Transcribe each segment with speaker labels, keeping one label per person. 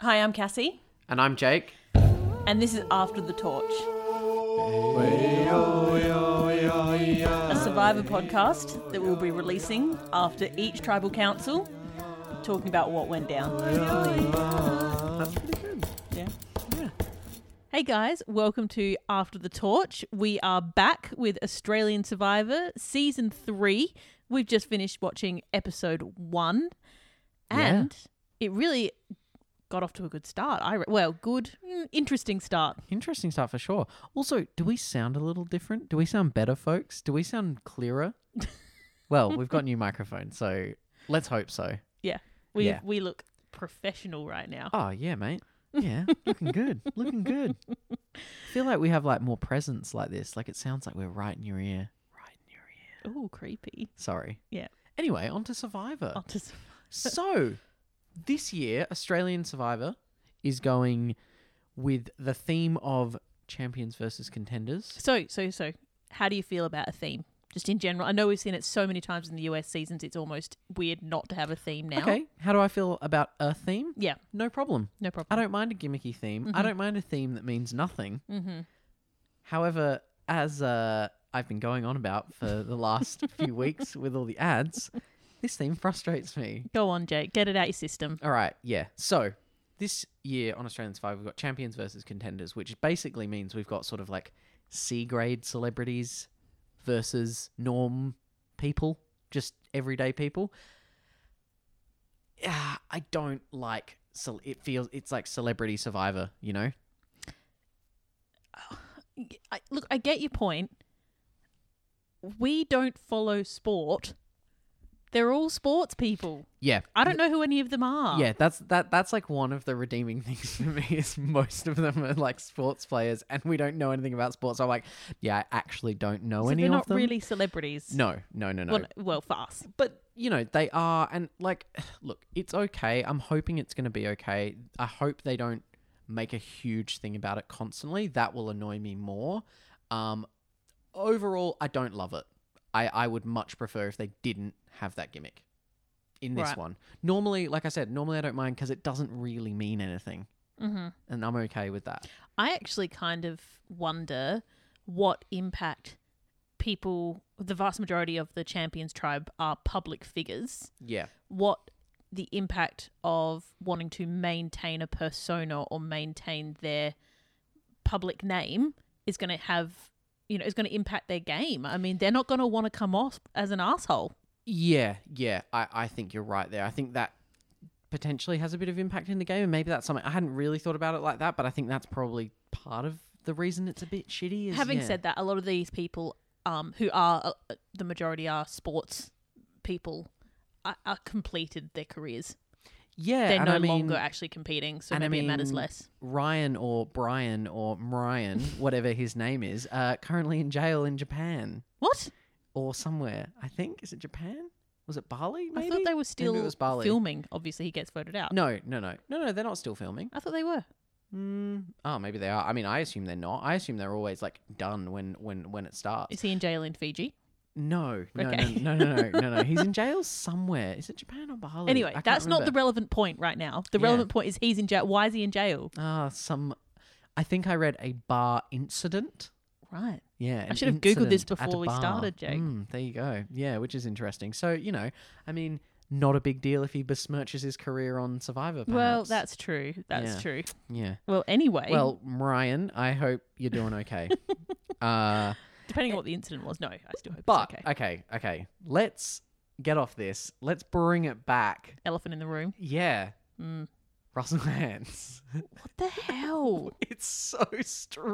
Speaker 1: Hi, I'm Cassie,
Speaker 2: And I'm Jake.
Speaker 1: and this is After the Torch. A survivor podcast that we'll be releasing after each tribal council, talking about what went down.
Speaker 2: That's pretty good.
Speaker 1: Yeah. Hey guys, welcome to After the Torch. We are back with Australian Survivor Season 3. We've just finished watching episode 1 and it really got off to a good start. I re- well, good, mm, interesting start.
Speaker 2: Interesting stuff for sure. Also, do we sound a little different? Do we sound better, folks? Do we sound clearer? well, we've got new microphones, so let's hope so.
Speaker 1: Yeah. We
Speaker 2: Yeah.
Speaker 1: we look professional right now.
Speaker 2: Oh, yeah, mate. Yeah, looking good. Looking good. feel like we have like more presence like this. Like it sounds like we're right in your ear. Right in your ear.
Speaker 1: Ooh, creepy.
Speaker 2: Sorry.
Speaker 1: Yeah.
Speaker 2: Anyway, on to Survivor.
Speaker 1: I'll just-
Speaker 2: So, this year, Australian Survivor is going with the theme of champions versus contenders.
Speaker 1: So, so, so, how do you feel about a theme? Just in general. I know we've seen it so many times in the US seasons, it's almost weird not to have a theme now.
Speaker 2: Okay, how do I feel about a theme?
Speaker 1: Yeah,
Speaker 2: No problem.
Speaker 1: no
Speaker 2: I
Speaker 1: problem.
Speaker 2: don't mind a gimmicky theme. I don't mind a theme that means nothing. Mm-hmm. However, as uh, I've been going on about for the last few weeks with all the ads, this theme frustrates me.
Speaker 1: Go on, Jake. Get it out your system.
Speaker 2: All right, yeah. So this year on Australian Survivor, we've got champions versus contenders, which basically means we've got sort of like C grade celebrities versus norm people, just everyday people. Ah, I don't like. So it feels it's like Celebrity Survivor, you know.
Speaker 1: I, look, I get your point. We don't follow sport. They're all sports people.
Speaker 2: Yeah,
Speaker 1: I don't know who any of them are.
Speaker 2: yeah. That's that. That's like one of the redeeming things for me is most of them are like sports players, and we don't know anything about sports. So I'm like, yeah, I actually don't know
Speaker 1: So
Speaker 2: any
Speaker 1: they're
Speaker 2: of
Speaker 1: not
Speaker 2: them.
Speaker 1: really celebrities.
Speaker 2: No, no, no, no.
Speaker 1: Well, well, for us.
Speaker 2: but you know they are and like look it's okay i'm hoping it's going to be okay i hope they don't make a huge thing about it constantly that will annoy me more um overall i don't love it i i would much prefer if they didn't have that gimmick in this
Speaker 1: Right.
Speaker 2: one normally like i said normally i don't mind because it doesn't really mean anything
Speaker 1: Mm-hmm.
Speaker 2: and i'm okay with that
Speaker 1: I actually kind of wonder what impact people, the vast majority of the Champions tribe, are public figures.
Speaker 2: yeah
Speaker 1: What the impact of wanting to maintain a persona or maintain their public name is going to have, you know, is going to impact their game. I mean, they're not going to want to come off as an asshole.
Speaker 2: Yeah, yeah, I, I think you're right there. I think that potentially has a bit of impact in the game, and maybe that's something I hadn't really thought about it like that, but I think that's probably part of the reason it's a bit shitty. Is,
Speaker 1: Having
Speaker 2: yeah.
Speaker 1: said that, a lot of these people um, who are, uh, the majority are sports people, are, are completed their careers.
Speaker 2: yeah,
Speaker 1: they're
Speaker 2: and
Speaker 1: no
Speaker 2: I mean,
Speaker 1: longer actually competing, so
Speaker 2: and I
Speaker 1: maybe it matters
Speaker 2: mean-
Speaker 1: less.
Speaker 2: Ryan or Brian or Ryan, whatever his name is, uh, currently in jail in Japan
Speaker 1: What?
Speaker 2: or somewhere. I think is it Japan? Was it Bali? Maybe
Speaker 1: I thought they were still
Speaker 2: was Bali.
Speaker 1: filming. Obviously, he gets voted out.
Speaker 2: No, no, no, no, no. They're not still filming.
Speaker 1: I thought they were.
Speaker 2: Mm, oh, maybe they are. I mean, I assume they're not. I assume they're always like done when when when it starts.
Speaker 1: Is he in jail in Fiji?
Speaker 2: No, no,
Speaker 1: Okay.
Speaker 2: no, no, no, no, no, no. He's in jail somewhere. Is it Japan or Bali?
Speaker 1: Anyway, that's not the relevant point right now. The
Speaker 2: Yeah.
Speaker 1: relevant point is he's in jail. Why is he in jail?
Speaker 2: Ah, some. I think I read a bar incident.
Speaker 1: Right.
Speaker 2: Yeah, an
Speaker 1: should have Googled this
Speaker 2: incident at a
Speaker 1: before we
Speaker 2: bar.
Speaker 1: started, Jake.
Speaker 2: Mm, there you go. Yeah, which is interesting. So you know, I mean, not a big deal if he besmirches his career on Survivor. Perhaps.
Speaker 1: Well, that's true. That's
Speaker 2: Yeah.
Speaker 1: true.
Speaker 2: yeah.
Speaker 1: Well, anyway,
Speaker 2: Well, Ryan, I hope you're doing okay. uh,
Speaker 1: depending on what the incident was, no, I still hope
Speaker 2: but
Speaker 1: it's okay.
Speaker 2: okay. okay, let's get off this. Let's bring it back.
Speaker 1: Elephant in the room.
Speaker 2: Yeah,
Speaker 1: Mm.
Speaker 2: Russell Hans.
Speaker 1: What the hell?
Speaker 2: It's so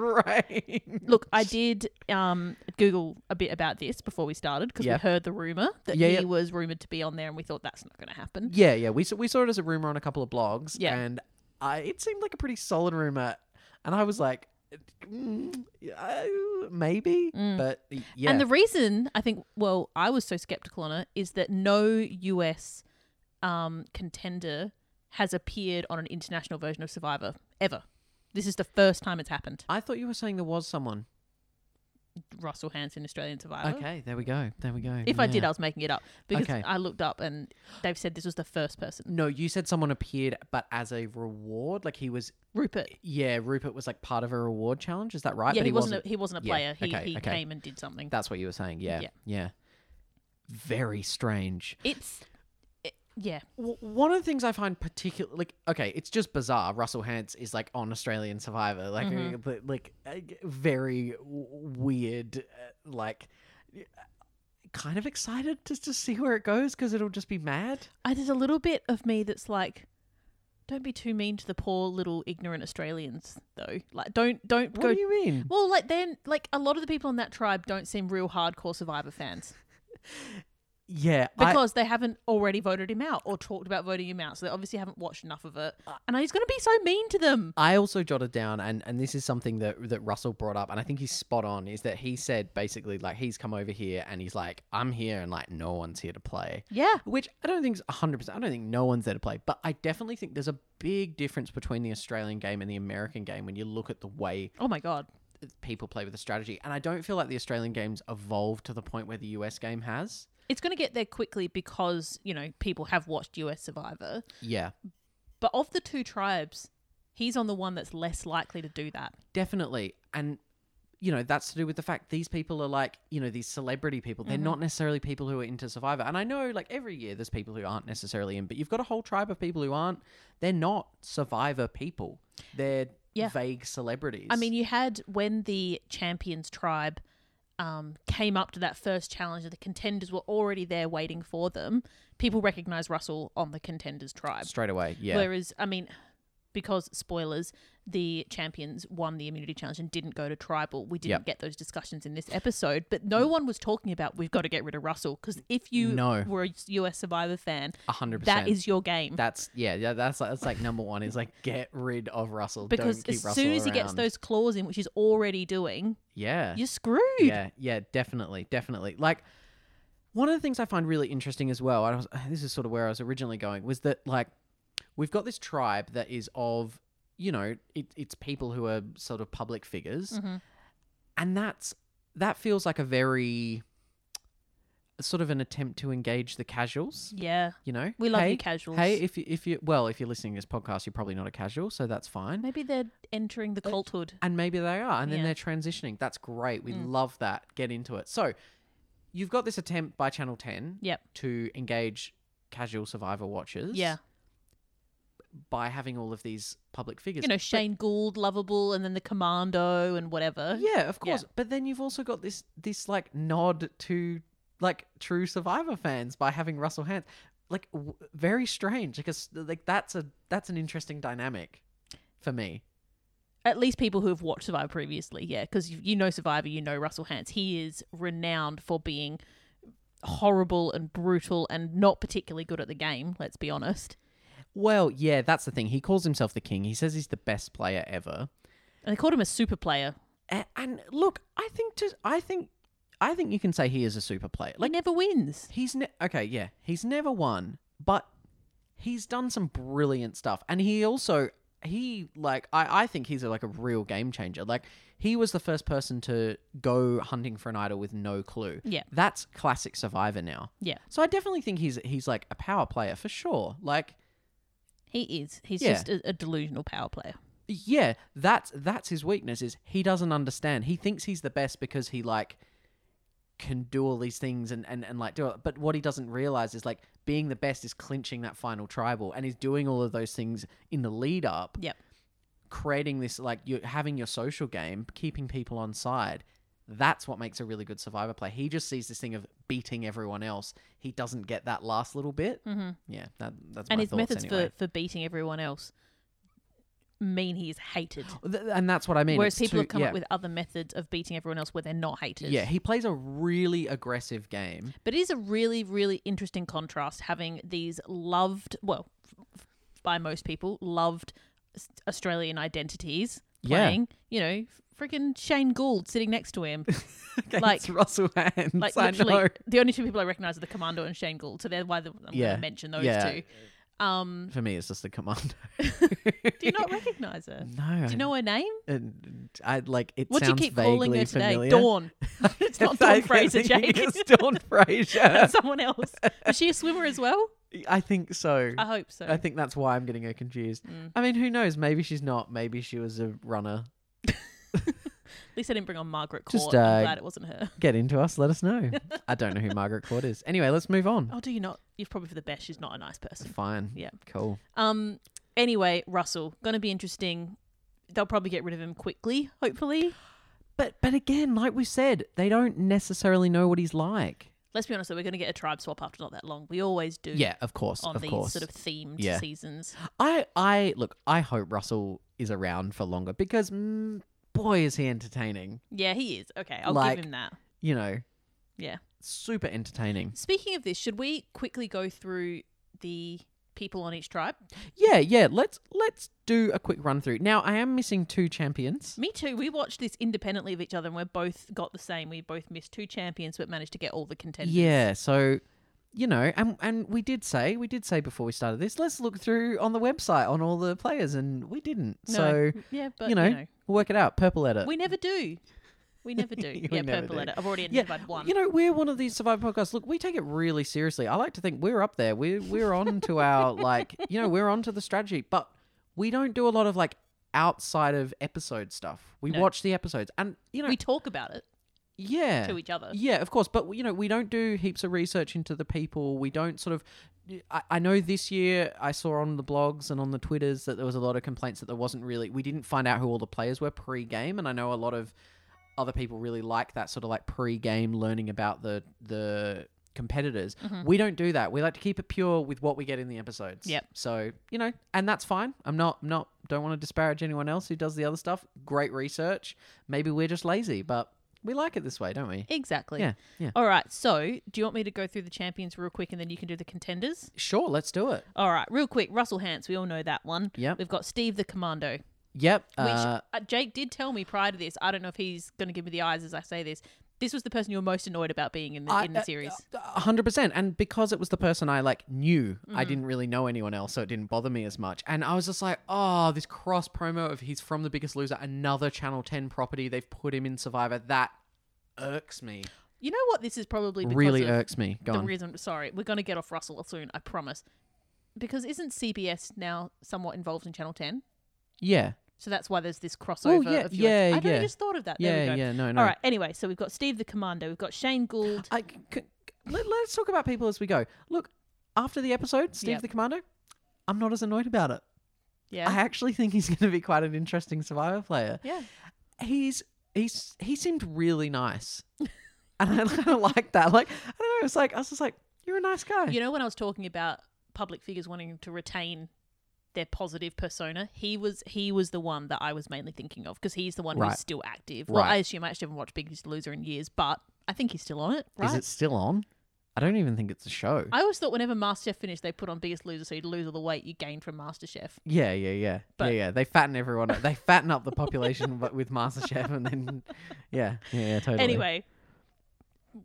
Speaker 2: strange.
Speaker 1: Look, I did um, Google a bit about this before we started because
Speaker 2: Yep.
Speaker 1: we heard the rumor that
Speaker 2: Yeah,
Speaker 1: he
Speaker 2: yeah.
Speaker 1: was rumored to be on there, and we thought that's not going to happen.
Speaker 2: Yeah, yeah. We saw, we saw it as a rumor on a couple of blogs.
Speaker 1: Yeah.
Speaker 2: And I, it seemed like a pretty solid rumor. And I was like, mm, uh, maybe. But yeah.
Speaker 1: Hmm. And the reason I think, well, I was so skeptical on it is that no US um, contender has appeared on an international version of Survivor ever. This is the first time it's happened.
Speaker 2: I thought you were saying there was someone.
Speaker 1: Russell Hanson, Australian Survivor.
Speaker 2: Okay, there we go. There we go.
Speaker 1: Oh. If I did,
Speaker 2: Yeah.
Speaker 1: I was making it up because
Speaker 2: Okay.
Speaker 1: I looked up and they've said this was the first person.
Speaker 2: No, you said someone appeared, but as a reward, like he was.
Speaker 1: Rupert.
Speaker 2: Yeah, Rupert was like part of a reward challenge. Is that right?
Speaker 1: yeah,
Speaker 2: but
Speaker 1: he wasn't. a, he wasn't a
Speaker 2: yeah,
Speaker 1: player. He,
Speaker 2: okay,
Speaker 1: he
Speaker 2: okay.
Speaker 1: came and did something.
Speaker 2: That's what you were saying. Yeah,
Speaker 1: Yeah.
Speaker 2: yeah. Very strange.
Speaker 1: it's it, yeah.
Speaker 2: W- one of the things I find particular, like, okay, it's just bizarre. Russell Hance is like on Australian Survivor, like, uh, but, like uh, very w- weird, uh, like. uh, Kind of excited just to see where it goes because it'll just be mad.
Speaker 1: I, Uh, there's a little bit of me that's like, don't be too mean to the poor little ignorant Australians though. Like, don't don't
Speaker 2: What
Speaker 1: go.
Speaker 2: do you mean?
Speaker 1: well, like then like a lot of the people in that tribe don't seem real hardcore Survivor fans
Speaker 2: Yeah, I-
Speaker 1: because they haven't already voted him out or talked about voting him out, so they obviously haven't watched enough of it.
Speaker 2: Uh,
Speaker 1: And he's going to be so mean to them.
Speaker 2: I also jotted down, and, and this is something that that Russell brought up, and I think he's spot on. Is that he said basically like he's come over here and he's like I'm here and like no one's here to play,
Speaker 1: Yeah,
Speaker 2: which I don't think is hundred percent. I don't think no one's there to play, but I definitely think there's a big difference between the Australian game and the American game when you look at the way
Speaker 1: Oh my god.
Speaker 2: that people play with the strategy. And I don't feel like the Australian game's evolved to the point where the US game has.
Speaker 1: It's going to get there quickly because, you know, people have watched US Survivor.
Speaker 2: Yeah,
Speaker 1: But of the two tribes, he's on the one that's less likely to do that.
Speaker 2: Definitely. And, you know, that's to do with the fact these people are like, you know, these celebrity people.
Speaker 1: Mm-hmm.
Speaker 2: They're not necessarily people who are into Survivor. And I know, like, every year there's people who aren't necessarily in, but you've got a whole tribe of people who aren't. They're not Survivor people. They're
Speaker 1: Yeah.
Speaker 2: vague celebrities.
Speaker 1: I mean, you had when the champions tribe um, came up to that first challenge, and the contenders were already there waiting for them. People recognize Russell on the contenders tribe.
Speaker 2: straight away. Yeah.
Speaker 1: Whereas, I mean, because spoilers, the champions won the immunity challenge and didn't go to tribal. We didn't
Speaker 2: Yep.
Speaker 1: get those discussions in this episode, but no one was talking about we've got to get rid of Russell because if you
Speaker 2: No.
Speaker 1: were a US Survivor fan,
Speaker 2: a 100%.
Speaker 1: that is your game.
Speaker 2: That's yeah, yeah. That's that's like number one is like get rid of Russell.
Speaker 1: because
Speaker 2: Don't keep
Speaker 1: as
Speaker 2: Russell
Speaker 1: soon as he gets
Speaker 2: around.
Speaker 1: those claws in, which he's already doing,
Speaker 2: yeah,
Speaker 1: you're screwed.
Speaker 2: Yeah, yeah, definitely, definitely. Like one of the things I find really interesting as well, I was, this is sort of where I was originally going, was that like we've got this tribe that is of, you know, it, it's people who are sort of public figures,
Speaker 1: Mhm.
Speaker 2: and that's that feels like a very sort of an attempt to engage the casuals.
Speaker 1: Yeah.
Speaker 2: You know,
Speaker 1: We love
Speaker 2: hey,
Speaker 1: you casuals.
Speaker 2: Hey, if you, if you well, if you're listening to this podcast, you're probably not a casual, so that's fine
Speaker 1: Maybe they're entering the culthood.
Speaker 2: and maybe they are and then
Speaker 1: Yeah. Mm.
Speaker 2: they're transitioning that's great we love that get into it so you've got this attempt by channel 10
Speaker 1: Yep.
Speaker 2: to engage casual survivor watchers
Speaker 1: Yeah.
Speaker 2: by having all of these public figures
Speaker 1: You know,
Speaker 2: But-
Speaker 1: Shane Gould, lovable, and then the commando and whatever.
Speaker 2: yeah of
Speaker 1: Yeah.
Speaker 2: course but then you've also got this this like nod to like true survivor fans by having russell hand like w- very strange because like that's a that's an interesting dynamic for me
Speaker 1: At least people who have watched Survivor previously. Yeah. Because you, you know Survivor, you know Russell Hance. He is renowned for being horrible and brutal and not particularly good at the game, let's be honest.
Speaker 2: well yeah that's the thing he calls himself the king he says he's the best player ever
Speaker 1: And they called him a super player.
Speaker 2: and, and look, I think just I think I think you can say he is a super player.
Speaker 1: Like,
Speaker 2: Like
Speaker 1: never wins.
Speaker 2: he's ne- okay, yeah, he's never won, but he's done some brilliant stuff, and he also he like I I think he's like a real game changer. Like he was the first person to go hunting for an idol with no clue.
Speaker 1: Yeah.
Speaker 2: that's classic Survivor now.
Speaker 1: Yeah.
Speaker 2: So I definitely think he's he's like a power player for sure. Like
Speaker 1: He is. He's
Speaker 2: Yeah.
Speaker 1: just a, a delusional power player.
Speaker 2: yeah that's that's his weakness is he doesn't understand he thinks he's the best because he like can do all these things and and, and like do it but what he doesn't realize is like being the best is clinching that final tribal and he's doing all of those things in the lead up
Speaker 1: Yep.
Speaker 2: creating this like you're having your social game keeping people on side that's what makes a really good survivor play he just sees this thing of beating everyone else he doesn't get that last little bit
Speaker 1: Mm-hmm.
Speaker 2: yeah that, that's
Speaker 1: and
Speaker 2: my
Speaker 1: his
Speaker 2: thoughts
Speaker 1: methods
Speaker 2: anyway.
Speaker 1: for, for beating everyone else mean he is hated.
Speaker 2: Th- and that's what i mean
Speaker 1: Whereas
Speaker 2: it's
Speaker 1: people
Speaker 2: too-
Speaker 1: have come
Speaker 2: yeah.
Speaker 1: up with other methods of beating everyone else where they're not hated.
Speaker 2: Yeah, he plays a really aggressive game.
Speaker 1: But it is a really, really interesting contrast having these loved, well, f- f- by most people, loved s- Australian identities
Speaker 2: Yeah.
Speaker 1: playing. You know, freaking Shane Gould sitting next to him. Like-
Speaker 2: Against Russell Hands.
Speaker 1: Like,
Speaker 2: I know.
Speaker 1: literally, the only two people I recognize are the Commando and Shane Gould. So they're why the, I'm
Speaker 2: Yeah.
Speaker 1: going to mention those
Speaker 2: Yeah.
Speaker 1: two. Um,
Speaker 2: For me, it's just the commando.
Speaker 1: do you not recognize her?
Speaker 2: No.
Speaker 1: Do you know her name?
Speaker 2: I like it.
Speaker 1: What do you
Speaker 2: sounds
Speaker 1: keep
Speaker 2: vaguely
Speaker 1: calling her today?
Speaker 2: familiar.
Speaker 1: Dawn. it's not Dawn Fraser, Jake.
Speaker 2: It's Dawn Fraser.
Speaker 1: That's someone else. Is she a swimmer as well?
Speaker 2: I think so.
Speaker 1: I hope so.
Speaker 2: I think that's why I'm getting her confused.
Speaker 1: Uh, Mm.
Speaker 2: I mean, who knows? Maybe she's not. Maybe she was a runner.
Speaker 1: At least I didn't bring on Margaret Court.
Speaker 2: Just, uh,
Speaker 1: I'm glad it wasn't her.
Speaker 2: Get into us. Let us know. I don't know who Margaret Court is. Anyway, let's move on.
Speaker 1: Oh, do you not? You're probably for the best. She's not a nice person.
Speaker 2: Fine.
Speaker 1: Yeah.
Speaker 2: Cool.
Speaker 1: Um. Anyway, Russell, gonna be interesting. They'll probably get rid of him quickly, hopefully.
Speaker 2: But but again, like we said, they don't necessarily know what he's like.
Speaker 1: Let's be honest, though, we're gonna get a tribe swap after not that long. We always do.
Speaker 2: Yeah, of course,
Speaker 1: On
Speaker 2: of
Speaker 1: these
Speaker 2: course.
Speaker 1: sort of themed
Speaker 2: Yeah.
Speaker 1: seasons.
Speaker 2: I I look. I hope Russell is around for longer because mm, boy is he entertaining.
Speaker 1: Yeah, he is. Okay, I'll
Speaker 2: Like-
Speaker 1: give him that.
Speaker 2: You know.
Speaker 1: Yeah.
Speaker 2: Super entertaining.
Speaker 1: Speaking of this, should we quickly go through the people on each tribe?
Speaker 2: Yeah, yeah. Let's let's do a quick run through. Now I am missing two champions.
Speaker 1: Me too. We watched this independently of each other, and we are both got the same. We both missed two champions, but managed to get all the contenders.
Speaker 2: Yeah, so you know, and and we did say we did say before we started this, let's look through on the website on all the players, and we didn't.
Speaker 1: No,
Speaker 2: So
Speaker 1: yeah, but
Speaker 2: you know, we'll work it out. Purple letter.
Speaker 1: we never do. Uh, We never do.
Speaker 2: We
Speaker 1: yeah,
Speaker 2: never
Speaker 1: purple
Speaker 2: do.
Speaker 1: letter. I've already
Speaker 2: Yeah,
Speaker 1: identified one.
Speaker 2: You know, we're one of these survivor podcasts. Look, we take it really seriously. I like to think we're up there. We're we're on to our like, you know, we're on to the strategy, but we don't do a lot of like outside of episode stuff. We
Speaker 1: No.
Speaker 2: watch the episodes, and you know,
Speaker 1: we talk about it
Speaker 2: yeah,
Speaker 1: to each other.
Speaker 2: yeah, of course. But you know, we don't do heaps of research into the people. We don't sort of. I, I know this year I saw on the blogs and on the twitters that there was a lot of complaints that there wasn't really. We didn't find out who all the players were pre-game, and I know a lot of other people really like that sort of like pre-game learning about the the competitors.
Speaker 1: Mm-hmm.
Speaker 2: We don't do that. We like to keep it pure with what we get in the episodes.
Speaker 1: Yep.
Speaker 2: So you know, and that's fine. I'm not. I'm not. Don't want to disparage anyone else who does the other stuff. Great research. Maybe we're just lazy, but we like it this way, don't we?
Speaker 1: Exactly.
Speaker 2: Yeah, yeah.
Speaker 1: All right. So, do you want me to go through the champions real quick, and then you can do the contenders?
Speaker 2: Sure, let's do it.
Speaker 1: All right, real quick. Russell Hance. We all know that one.
Speaker 2: Yep.
Speaker 1: We've got Steve the Commando.
Speaker 2: Yep.
Speaker 1: Which
Speaker 2: uh,
Speaker 1: uh, Jake did tell me prior to this. I don't know if he's going to give me the eyes as I say this. This was the person you were most annoyed about being in the
Speaker 2: I-
Speaker 1: in the
Speaker 2: uh,
Speaker 1: series.
Speaker 2: a hundred percent. And because it was the person I like knew, I
Speaker 1: Mm.
Speaker 2: didn't really know anyone else, so it didn't bother me as much. And I was just like, oh, this cross promo of he's from The Biggest Loser, another Channel Ten property. They've put him in Survivor. That irks me.
Speaker 1: you know what? This is probably because
Speaker 2: Really
Speaker 1: of
Speaker 2: irks me. Go
Speaker 1: the
Speaker 2: on.
Speaker 1: reason. Sorry, we're going to get off Russell soon. I promise. Because isn't CBS now somewhat involved in Channel Ten?
Speaker 2: yeah.
Speaker 1: So that's why there's this crossover.
Speaker 2: Oh, yeah,
Speaker 1: of US.
Speaker 2: yeah,
Speaker 1: I don't
Speaker 2: yeah.
Speaker 1: just thought of that. there
Speaker 2: Yeah.
Speaker 1: we go.
Speaker 2: Yeah. No. No.
Speaker 1: All right. Anyway, so we've got Steve the Commando. We've got Shane Gould.
Speaker 2: I c- c- let, us talk about people as we go. Look, after the episode, Steve
Speaker 1: Yep.
Speaker 2: the Commando, I'm not as annoyed about it.
Speaker 1: Yeah.
Speaker 2: I actually think he's going to be quite an interesting Survivor player.
Speaker 1: yeah.
Speaker 2: he's he's he seemed really nice, and I kind of like that. Like I don't know, it's like I was just like, you're a nice guy.
Speaker 1: You know, when I was talking about public figures wanting to retain their positive persona, he was he was the one that I was mainly thinking of because he's the one
Speaker 2: Right.
Speaker 1: who's still active. Well,
Speaker 2: Right.
Speaker 1: I assume I actually haven't watched Biggest Loser in years, but I think he's still on it, right?
Speaker 2: Is it still on? I don't even think it's a show.
Speaker 1: I always thought whenever MasterChef finished, they put on Biggest Loser, so you'd lose all the weight you gained from MasterChef.
Speaker 2: yeah, yeah, yeah,
Speaker 1: But-
Speaker 2: yeah, yeah. They fatten everyone. up. They fatten up the population but with MasterChef, and then yeah, yeah, yeah totally.
Speaker 1: Anyway,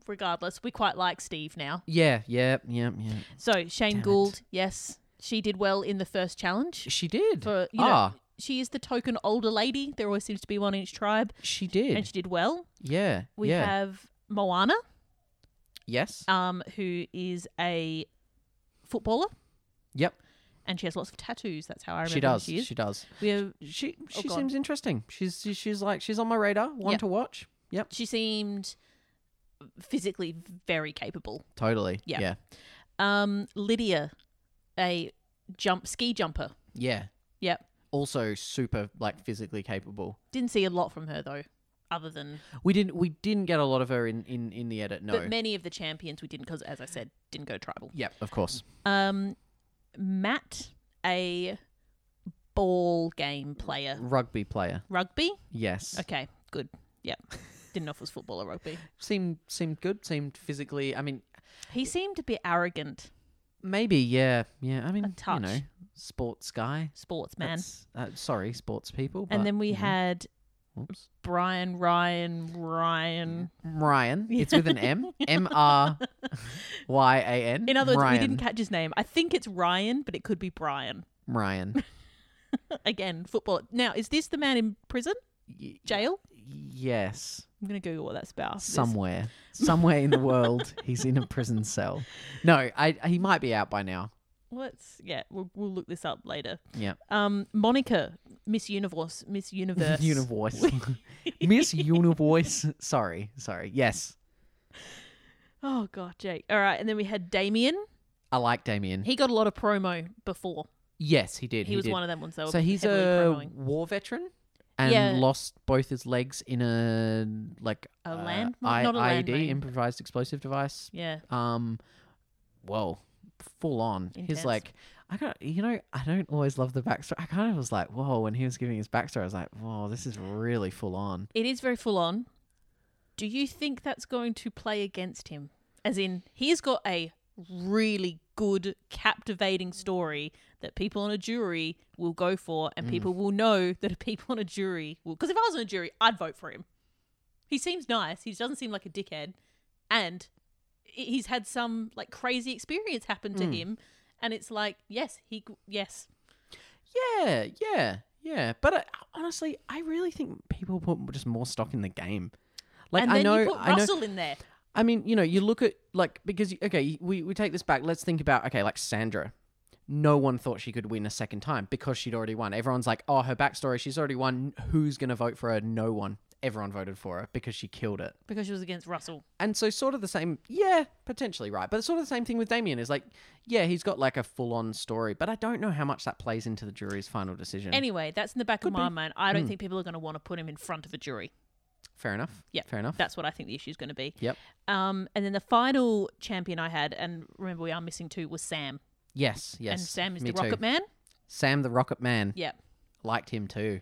Speaker 1: regardless, we quite like Steve now.
Speaker 2: Yeah, yeah, yeah, yeah.
Speaker 1: So Shane
Speaker 2: Damn it.
Speaker 1: Gould, yes, she did well in the first challenge.
Speaker 2: She did.
Speaker 1: For you know,
Speaker 2: ah,
Speaker 1: she is the token older lady. There always seems to be one in each tribe,
Speaker 2: she did.
Speaker 1: and she did well.
Speaker 2: yeah,
Speaker 1: We
Speaker 2: yeah.
Speaker 1: have Moana,
Speaker 2: yes.
Speaker 1: um, who is a footballer
Speaker 2: yep.
Speaker 1: and she has lots of tattoos. That's how I remember
Speaker 2: She does.
Speaker 1: who she is.
Speaker 2: She does.
Speaker 1: we have,
Speaker 2: She she
Speaker 1: go on.
Speaker 2: seems interesting. She's she- she's like she's on my radar. One
Speaker 1: Yep.
Speaker 2: to watch. Yep.
Speaker 1: she seemed physically very capable.
Speaker 2: Totally.
Speaker 1: Yeah.
Speaker 2: Yeah.
Speaker 1: Um, Lydia, a jump ski jumper.
Speaker 2: Yeah.
Speaker 1: Yep.
Speaker 2: also super like physically capable.
Speaker 1: Didn't see a lot from her though, other than
Speaker 2: We didn't we didn't get a lot of her in in in the edit. No.
Speaker 1: but many of the champions we didn't because as I said, didn't go tribal.
Speaker 2: yep, of course.
Speaker 1: Um, Matt, a ball game player,
Speaker 2: Rugby player.
Speaker 1: rugby.
Speaker 2: Yes.
Speaker 1: Okay, good. Yep. Didn't know if it was football or rugby.
Speaker 2: Seemed seemed good. Seemed physically. I mean,
Speaker 1: He seemed a bit arrogant,
Speaker 2: maybe. Yeah. Yeah. I mean, you
Speaker 1: touch.
Speaker 2: know, sports guy.
Speaker 1: sportsman.
Speaker 2: That's- Uh, sorry, sports people. but,
Speaker 1: and then we
Speaker 2: you know.
Speaker 1: had
Speaker 2: Whoops.
Speaker 1: Brian, Ryan, Ryan.
Speaker 2: Mm-hmm. Ryan. It's with an M. M R Y A N.
Speaker 1: In other words,
Speaker 2: Ryan.
Speaker 1: we didn't catch his name. I think it's Ryan, but it could be Brian.
Speaker 2: Ryan.
Speaker 1: Again, football. Now, is this the man in prison?
Speaker 2: Y-
Speaker 1: Jail?
Speaker 2: yes.
Speaker 1: I'm going to Google what that's about. This-
Speaker 2: Somewhere. Somewhere in the world, he's in a prison cell. No, I, he might be out by now.
Speaker 1: Let's, yeah, we'll, we'll look this up later.
Speaker 2: Yeah.
Speaker 1: Um, Monica, Miss Universe, Miss Universe.
Speaker 2: Univoice. Miss Univoice. Sorry. Sorry. Yes.
Speaker 1: Oh, God, Jake. All right. And then we had Damien.
Speaker 2: I like Damien.
Speaker 1: He got a lot of promo before.
Speaker 2: yes, he did.
Speaker 1: He, was
Speaker 2: did.
Speaker 1: one of them ones that were
Speaker 2: So he's a
Speaker 1: heavily promoing.
Speaker 2: war veteran and
Speaker 1: Yeah.
Speaker 2: lost both his legs in a like
Speaker 1: A
Speaker 2: uh,
Speaker 1: land-
Speaker 2: I-
Speaker 1: not a
Speaker 2: IED,
Speaker 1: landmine.
Speaker 2: improvised explosive device.
Speaker 1: Yeah.
Speaker 2: Um, whoa, full on.
Speaker 1: Intense.
Speaker 2: He's like, I got you know, I don't always love the backstory. I kind of was like, whoa, when he was giving his backstory, I was like, whoa, this is really full on.
Speaker 1: It is very full on. Do you think that's going to play against him? As in, he's got a really good, captivating story that people on a jury will go for,
Speaker 2: Mm.
Speaker 1: and people will know that people on a jury will. Because if I was on a jury, I'd vote for him. He seems nice. He doesn't seem like a dickhead, and he- he's had some like crazy experience happen
Speaker 2: Mm.
Speaker 1: to him, and it's like, yes, he, yes,
Speaker 2: Yeah, yeah, yeah. But I, honestly, I really think people put just more stock in the game. Like
Speaker 1: and
Speaker 2: I
Speaker 1: then
Speaker 2: know,
Speaker 1: you put
Speaker 2: I know,
Speaker 1: Russell in there.
Speaker 2: I mean, you know, you look at like because you- okay, we we take this back. Let's think about okay, like Sandra. No one thought she could win a second time because she'd already won. Everyone's like, "Oh, her backstory, she's already won. Who's going to vote for her?" No one. Everyone voted for her because she killed it.
Speaker 1: Because she was against Russell.
Speaker 2: And so sort of the same, yeah, potentially right. But it's sort of the same thing with Damien is like, yeah, he's got like a full-on story, but I don't know how much that plays into the jury's final decision.
Speaker 1: Anyway, that's in the back of my mind. I
Speaker 2: Hmm.
Speaker 1: don't think people are going to want to put him in front of a jury.
Speaker 2: fair enough.
Speaker 1: Yeah,
Speaker 2: Fair enough.
Speaker 1: That's what I think the issue is going to be.
Speaker 2: Yep.
Speaker 1: Um, and then the final champion I had, and remember we are missing two, was Sam.
Speaker 2: Yes,
Speaker 1: and
Speaker 2: yes.
Speaker 1: Sam is
Speaker 2: me
Speaker 1: the Rocket
Speaker 2: too.
Speaker 1: Man.
Speaker 2: Sam the Rocket Man.
Speaker 1: Yeah.
Speaker 2: Liked him too.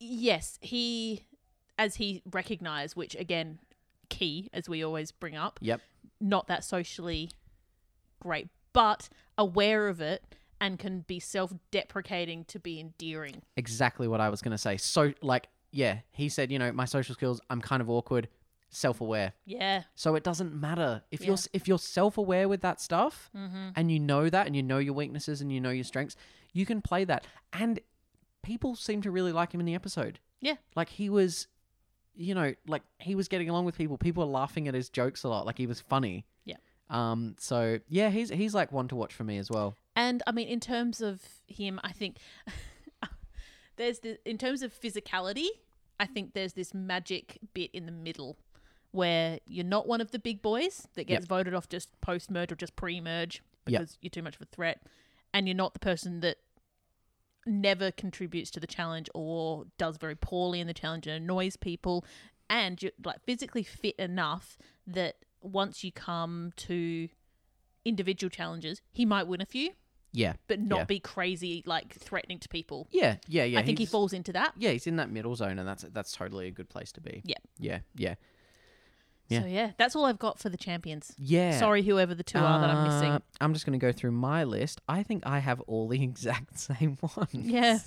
Speaker 1: Yes, he, as he recognised, which again, key as we always bring up,
Speaker 2: Yep.
Speaker 1: not that socially great, but aware of it and can be self-deprecating to be endearing.
Speaker 2: exactly what I was going to say. So, like, yeah, he said, you know, my social skills, I'm kind of awkward, self-aware.
Speaker 1: Yeah.
Speaker 2: So it doesn't matter if
Speaker 1: Yeah. Mm-hmm.
Speaker 2: you're if you're self-aware with that stuff, and you know that, and you know your weaknesses, and you know your strengths, you can play that. And people seem to really like him in the episode.
Speaker 1: Yeah.
Speaker 2: Like he was, you know, like he was getting along with people. People were laughing at his jokes a lot. Like he was funny.
Speaker 1: Yeah.
Speaker 2: Um. So yeah, he's he's like one to watch for me as well.
Speaker 1: And I mean, in terms of him, I think there's the in terms of physicality, I think there's this magic bit in the middle where you're not one of the big boys that gets voted off just post merge or just pre merge
Speaker 2: Yep.
Speaker 1: because you're too much of a threat, and you're not the person that never contributes to the challenge or does very poorly in the challenge and annoys people and you're like physically fit enough that once you come to individual challenges he might win a few
Speaker 2: Yeah.
Speaker 1: but not
Speaker 2: Yeah.
Speaker 1: be crazy like threatening to people.
Speaker 2: Yeah. Yeah. Yeah.
Speaker 1: I think he
Speaker 2: he's-
Speaker 1: falls into that.
Speaker 2: yeah, he's in that middle zone, and that's that's totally a good place to be.
Speaker 1: Yeah.
Speaker 2: yeah, yeah,
Speaker 1: So yeah, that's all I've got for the champions.
Speaker 2: yeah.
Speaker 1: Sorry, whoever the two are that I'm
Speaker 2: Uh,
Speaker 1: missing.
Speaker 2: I'm just going to go through my list. I think I have all the exact same ones.
Speaker 1: Yeah.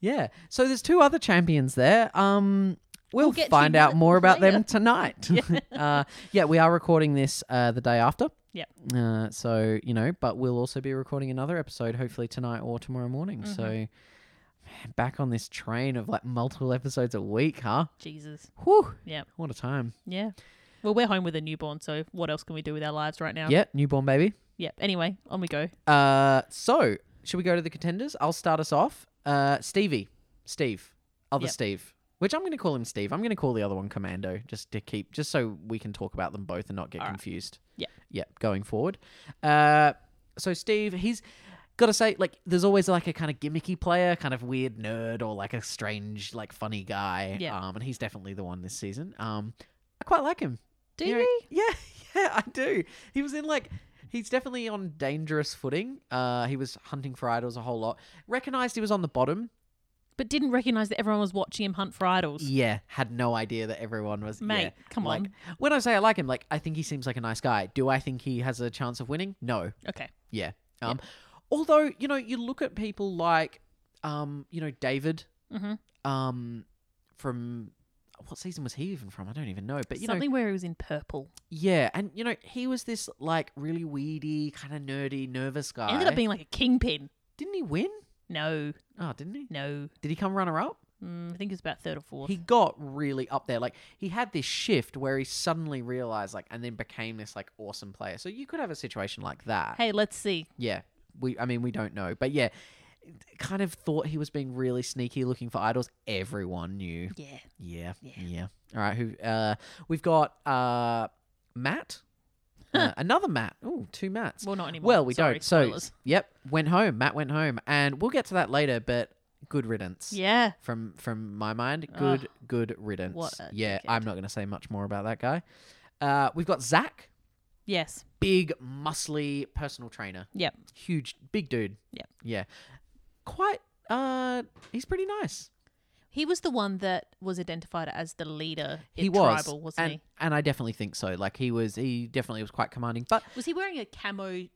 Speaker 2: yeah. So there's two other champions there. Um, we'll,
Speaker 1: We'll get to
Speaker 2: find
Speaker 1: you
Speaker 2: out more about
Speaker 1: later.
Speaker 2: them tonight. uh, yeah, we are recording this uh, the day after.
Speaker 1: Yep.
Speaker 2: Uh, so you know, but we'll also be recording another episode hopefully tonight or tomorrow morning. So.
Speaker 1: Mm-hmm.
Speaker 2: man, Back on this train of like multiple episodes a week, huh?
Speaker 1: Jesus.
Speaker 2: Whew,
Speaker 1: Yeah.
Speaker 2: what a time.
Speaker 1: Yeah. Well, we're home with a newborn, so what else can we do with our lives right now?
Speaker 2: Yeah, newborn baby.
Speaker 1: Yep. Anyway, on we go.
Speaker 2: Uh, so should we go to the contenders? I'll start us off. Uh, Stevie, Steve, other
Speaker 1: Yep.
Speaker 2: Steve, which I'm going to call him Steve. I'm going to call the other one Commando, just to keep, just so we can talk about them both and not get
Speaker 1: All right.
Speaker 2: confused.
Speaker 1: Yep.
Speaker 2: yeah, going forward. Uh, so Steve, he's got to say, like, there's always like a kind of gimmicky player, kind of weird nerd or like a strange, like, funny guy.
Speaker 1: Yeah.
Speaker 2: um, and he's definitely the one this season. Um, I quite like him.
Speaker 1: Do
Speaker 2: You
Speaker 1: you?
Speaker 2: know- Yeah, yeah, I do. He was in like he's definitely on dangerous footing. Uh he was hunting for idols a whole lot. Recognized he was on the bottom.
Speaker 1: But didn't recognize that everyone was watching him hunt for idols.
Speaker 2: Yeah, had no idea that everyone was
Speaker 1: Mate,
Speaker 2: yeah,
Speaker 1: come
Speaker 2: like,
Speaker 1: on.
Speaker 2: When I say I like him, like I think he seems like a nice guy. Do I think he has a chance of winning? No.
Speaker 1: Okay.
Speaker 2: Yeah. Um although, you know, you look at people like um, you know, David
Speaker 1: Mm-hmm.
Speaker 2: um from what season was he even from? I don't even know. But you know,
Speaker 1: Something where he was in purple.
Speaker 2: yeah, and you know, he was this like really weedy, kind of nerdy, nervous guy.
Speaker 1: Ended up being like a kingpin.
Speaker 2: didn't he win?
Speaker 1: No,
Speaker 2: Oh, didn't he?
Speaker 1: no.
Speaker 2: Did he come runner up?
Speaker 1: Mm, I think it was about third or fourth.
Speaker 2: He got really up there. Like he had this shift where he suddenly realized, like, and then became this like awesome player. So you could have a situation like that.
Speaker 1: hey, let's see.
Speaker 2: Yeah, we. I mean, we don't know, but yeah, kind of thought he was being really sneaky looking for idols. Everyone knew.
Speaker 1: Yeah.
Speaker 2: Yeah.
Speaker 1: Yeah.
Speaker 2: Yeah. All right. Who? Uh, we've got uh, Matt. Uh, another Matt. Oh, two Matts.
Speaker 1: Well, not anymore.
Speaker 2: Well, we
Speaker 1: Sorry,
Speaker 2: don't. So,
Speaker 1: spoilers.
Speaker 2: yep, went home. Matt went home, and we'll get to that later. But good riddance.
Speaker 1: Yeah.
Speaker 2: From from my mind,
Speaker 1: Ugh.
Speaker 2: good good riddance.
Speaker 1: What a
Speaker 2: yeah,
Speaker 1: dickhead.
Speaker 2: I'm not going to say much more about that guy. Uh, we've got Zach,
Speaker 1: Yes.
Speaker 2: big muscly personal trainer.
Speaker 1: Yep.
Speaker 2: Huge, big dude.
Speaker 1: Yep.
Speaker 2: Yeah. Quite. Uh, he's pretty nice.
Speaker 1: He was the one that was identified as the leader in
Speaker 2: he was
Speaker 1: tribal, wasn't
Speaker 2: and,
Speaker 1: he?
Speaker 2: and i definitely think so like he was he definitely was quite commanding but
Speaker 1: Was he wearing a camo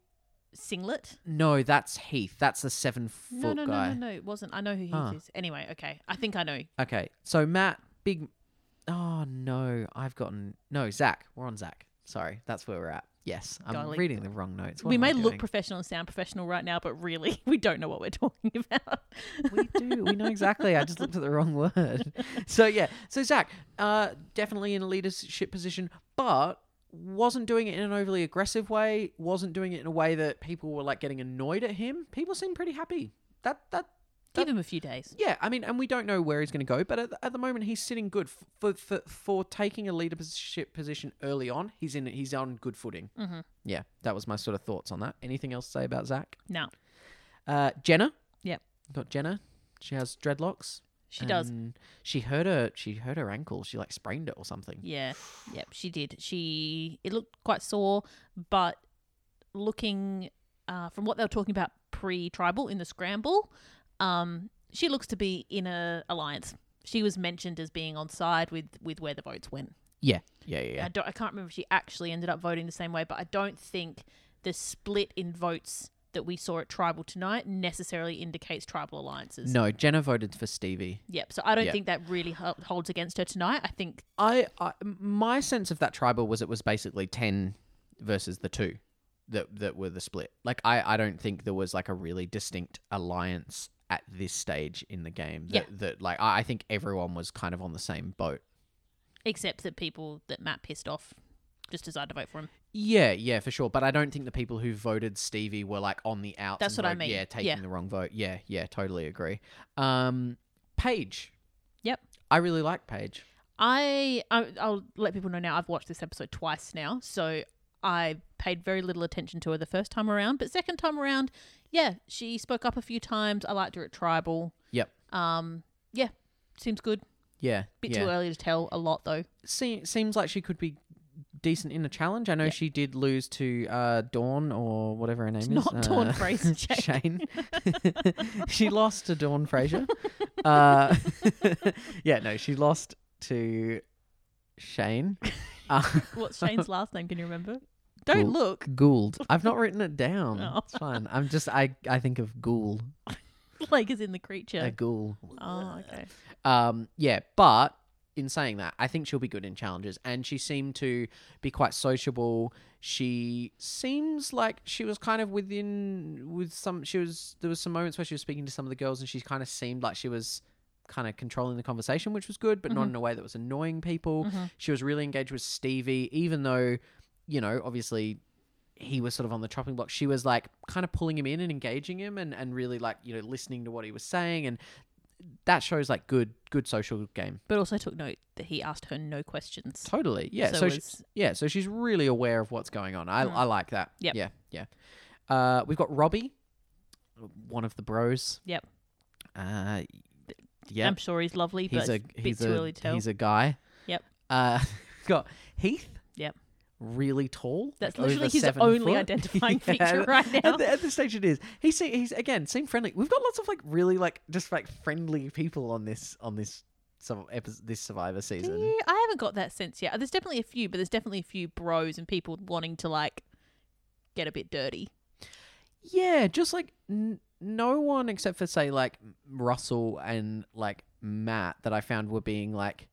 Speaker 1: singlet?
Speaker 2: no that's heath that's the seven foot
Speaker 1: No, no,
Speaker 2: guy
Speaker 1: no,
Speaker 2: Ah.
Speaker 1: no, no. It wasn't. I know who he
Speaker 2: Huh.
Speaker 1: is. Anyway, okay. I think I know.
Speaker 2: okay so matt big oh no i've gotten no zach we're on zach sorry that's where we're at yes i'm
Speaker 1: Golly.
Speaker 2: reading the wrong notes What
Speaker 1: we
Speaker 2: am I
Speaker 1: may look
Speaker 2: doing?
Speaker 1: professional and sound professional right now, but really, we don't know what we're talking about.
Speaker 2: we do we know exactly i just looked at the wrong word so yeah so zach uh definitely in a leadership position but wasn't doing it in an overly aggressive way wasn't doing it in a way that people were like getting annoyed at him people seem pretty happy that that
Speaker 1: Give him a few days.
Speaker 2: yeah i mean and we don't know where he's going to go but at, the- at the moment he's sitting good F- for, for for taking a leadership position early on he's in he's on good footing
Speaker 1: Mm-hmm.
Speaker 2: yeah that was my sort of thoughts on that anything else to say about zach
Speaker 1: No,
Speaker 2: uh jenna
Speaker 1: Yep.
Speaker 2: got jenna she has dreadlocks
Speaker 1: she does.
Speaker 2: and She hurt her. She hurt her ankle. She like sprained it or something.
Speaker 1: Yeah, yep, she did. She it looked quite sore, but looking uh, from what they were talking about pre-tribal in the scramble, um, she looks to be in a alliance. She was mentioned as being on side with with where the votes went.
Speaker 2: Yeah, yeah, yeah.
Speaker 1: I, don't, I can't remember if she actually ended up voting the same way, but I don't think the split in votes that we saw at tribal tonight necessarily indicates tribal alliances.
Speaker 2: No, Jenna voted for Stevie.
Speaker 1: Yep. So I don't
Speaker 2: Yeah.
Speaker 1: think that really hol- holds against her tonight. I think
Speaker 2: I, I, my sense of that tribal was it was basically ten versus the two that that were the split. Like I, I don't think there was like a really distinct alliance at this stage in the game. That, that like I, I think everyone was kind of on the same boat.
Speaker 1: except that people that Matt pissed off just decided to vote for him.
Speaker 2: Yeah, yeah, for sure. But I don't think the people who voted Stevie were like on the out.
Speaker 1: That's
Speaker 2: and
Speaker 1: what I
Speaker 2: vote-
Speaker 1: mean.
Speaker 2: Yeah, taking
Speaker 1: Yeah.
Speaker 2: the wrong vote. Yeah, yeah, totally agree. Um, Paige.
Speaker 1: Yep.
Speaker 2: I really like Paige.
Speaker 1: I, I I'll let people know now. I've watched this episode twice now, so I paid very little attention to her the first time around, but second time around, yeah, she spoke up a few times. I liked her at tribal.
Speaker 2: Yep.
Speaker 1: Um. Yeah. Seems good.
Speaker 2: Yeah,
Speaker 1: Bit
Speaker 2: yeah.
Speaker 1: too early to tell a lot though.
Speaker 2: Se- seems like she could be decent in a challenge. I know
Speaker 1: Yeah.
Speaker 2: she did lose to uh, Dawn or whatever her name
Speaker 1: It's
Speaker 2: is.
Speaker 1: not Dawn
Speaker 2: uh,
Speaker 1: Fraser, Jake.
Speaker 2: Shane. she lost to Dawn Fraser. Uh, yeah, no, she lost to Shane. Uh,
Speaker 1: What's Shane's last name? Can you remember? Don't
Speaker 2: Well,
Speaker 1: look
Speaker 2: Gould. I've not written it down.
Speaker 1: Oh.
Speaker 2: It's fine. I'm just I I think of Uh, ghoul.
Speaker 1: like is in the creature.
Speaker 2: A ghoul.
Speaker 1: oh, okay.
Speaker 2: Um yeah, but in saying that, I think she'll be good in challenges and she seemed to be quite sociable. She seems like she was kind of within with some she was there was some moments where she was speaking to some of the girls and she kind of seemed like she was kind of controlling the conversation, which was good, but not
Speaker 1: Mhm.
Speaker 2: in a way that was annoying people. She was really engaged with Stevie, even though, you know, obviously he was sort of on the chopping block. She was like kind of pulling him in and engaging him and, and really like, you know, listening to what he was saying. And that shows like good, good social game.
Speaker 1: But also took note that he asked her no questions.
Speaker 2: Totally. Yeah.
Speaker 1: So
Speaker 2: So,
Speaker 1: it
Speaker 2: she-
Speaker 1: was-
Speaker 2: yeah. So she's really aware of what's going on. I,
Speaker 1: Mm.
Speaker 2: I like that.
Speaker 1: Yep.
Speaker 2: Yeah. Yeah. Uh, we've got Robbie, one of the bros.
Speaker 1: Yep.
Speaker 2: Uh, yeah.
Speaker 1: I'm sure he's lovely,
Speaker 2: He's
Speaker 1: but
Speaker 2: a
Speaker 1: it's a bit
Speaker 2: he's
Speaker 1: too early
Speaker 2: a
Speaker 1: to tell.
Speaker 2: he's a guy.
Speaker 1: Yep.
Speaker 2: Uh, got Heath.
Speaker 1: Yep.
Speaker 2: Really tall.
Speaker 1: That's
Speaker 2: like
Speaker 1: literally
Speaker 2: over
Speaker 1: his
Speaker 2: seven
Speaker 1: only
Speaker 2: foot.
Speaker 1: identifying
Speaker 2: Yeah,
Speaker 1: feature right now.
Speaker 2: At, the, at this stage, it is. He se- he's again seemed friendly. We've got lots of like really like just like friendly people on this on this some episode, this Survivor
Speaker 1: Do
Speaker 2: season.
Speaker 1: you? I haven't got that sense yet. There's definitely a few, but there's definitely a few bros and people wanting to like get a bit dirty.
Speaker 2: Yeah, just like n- no one except for say like Russell and like Matt that I found were being like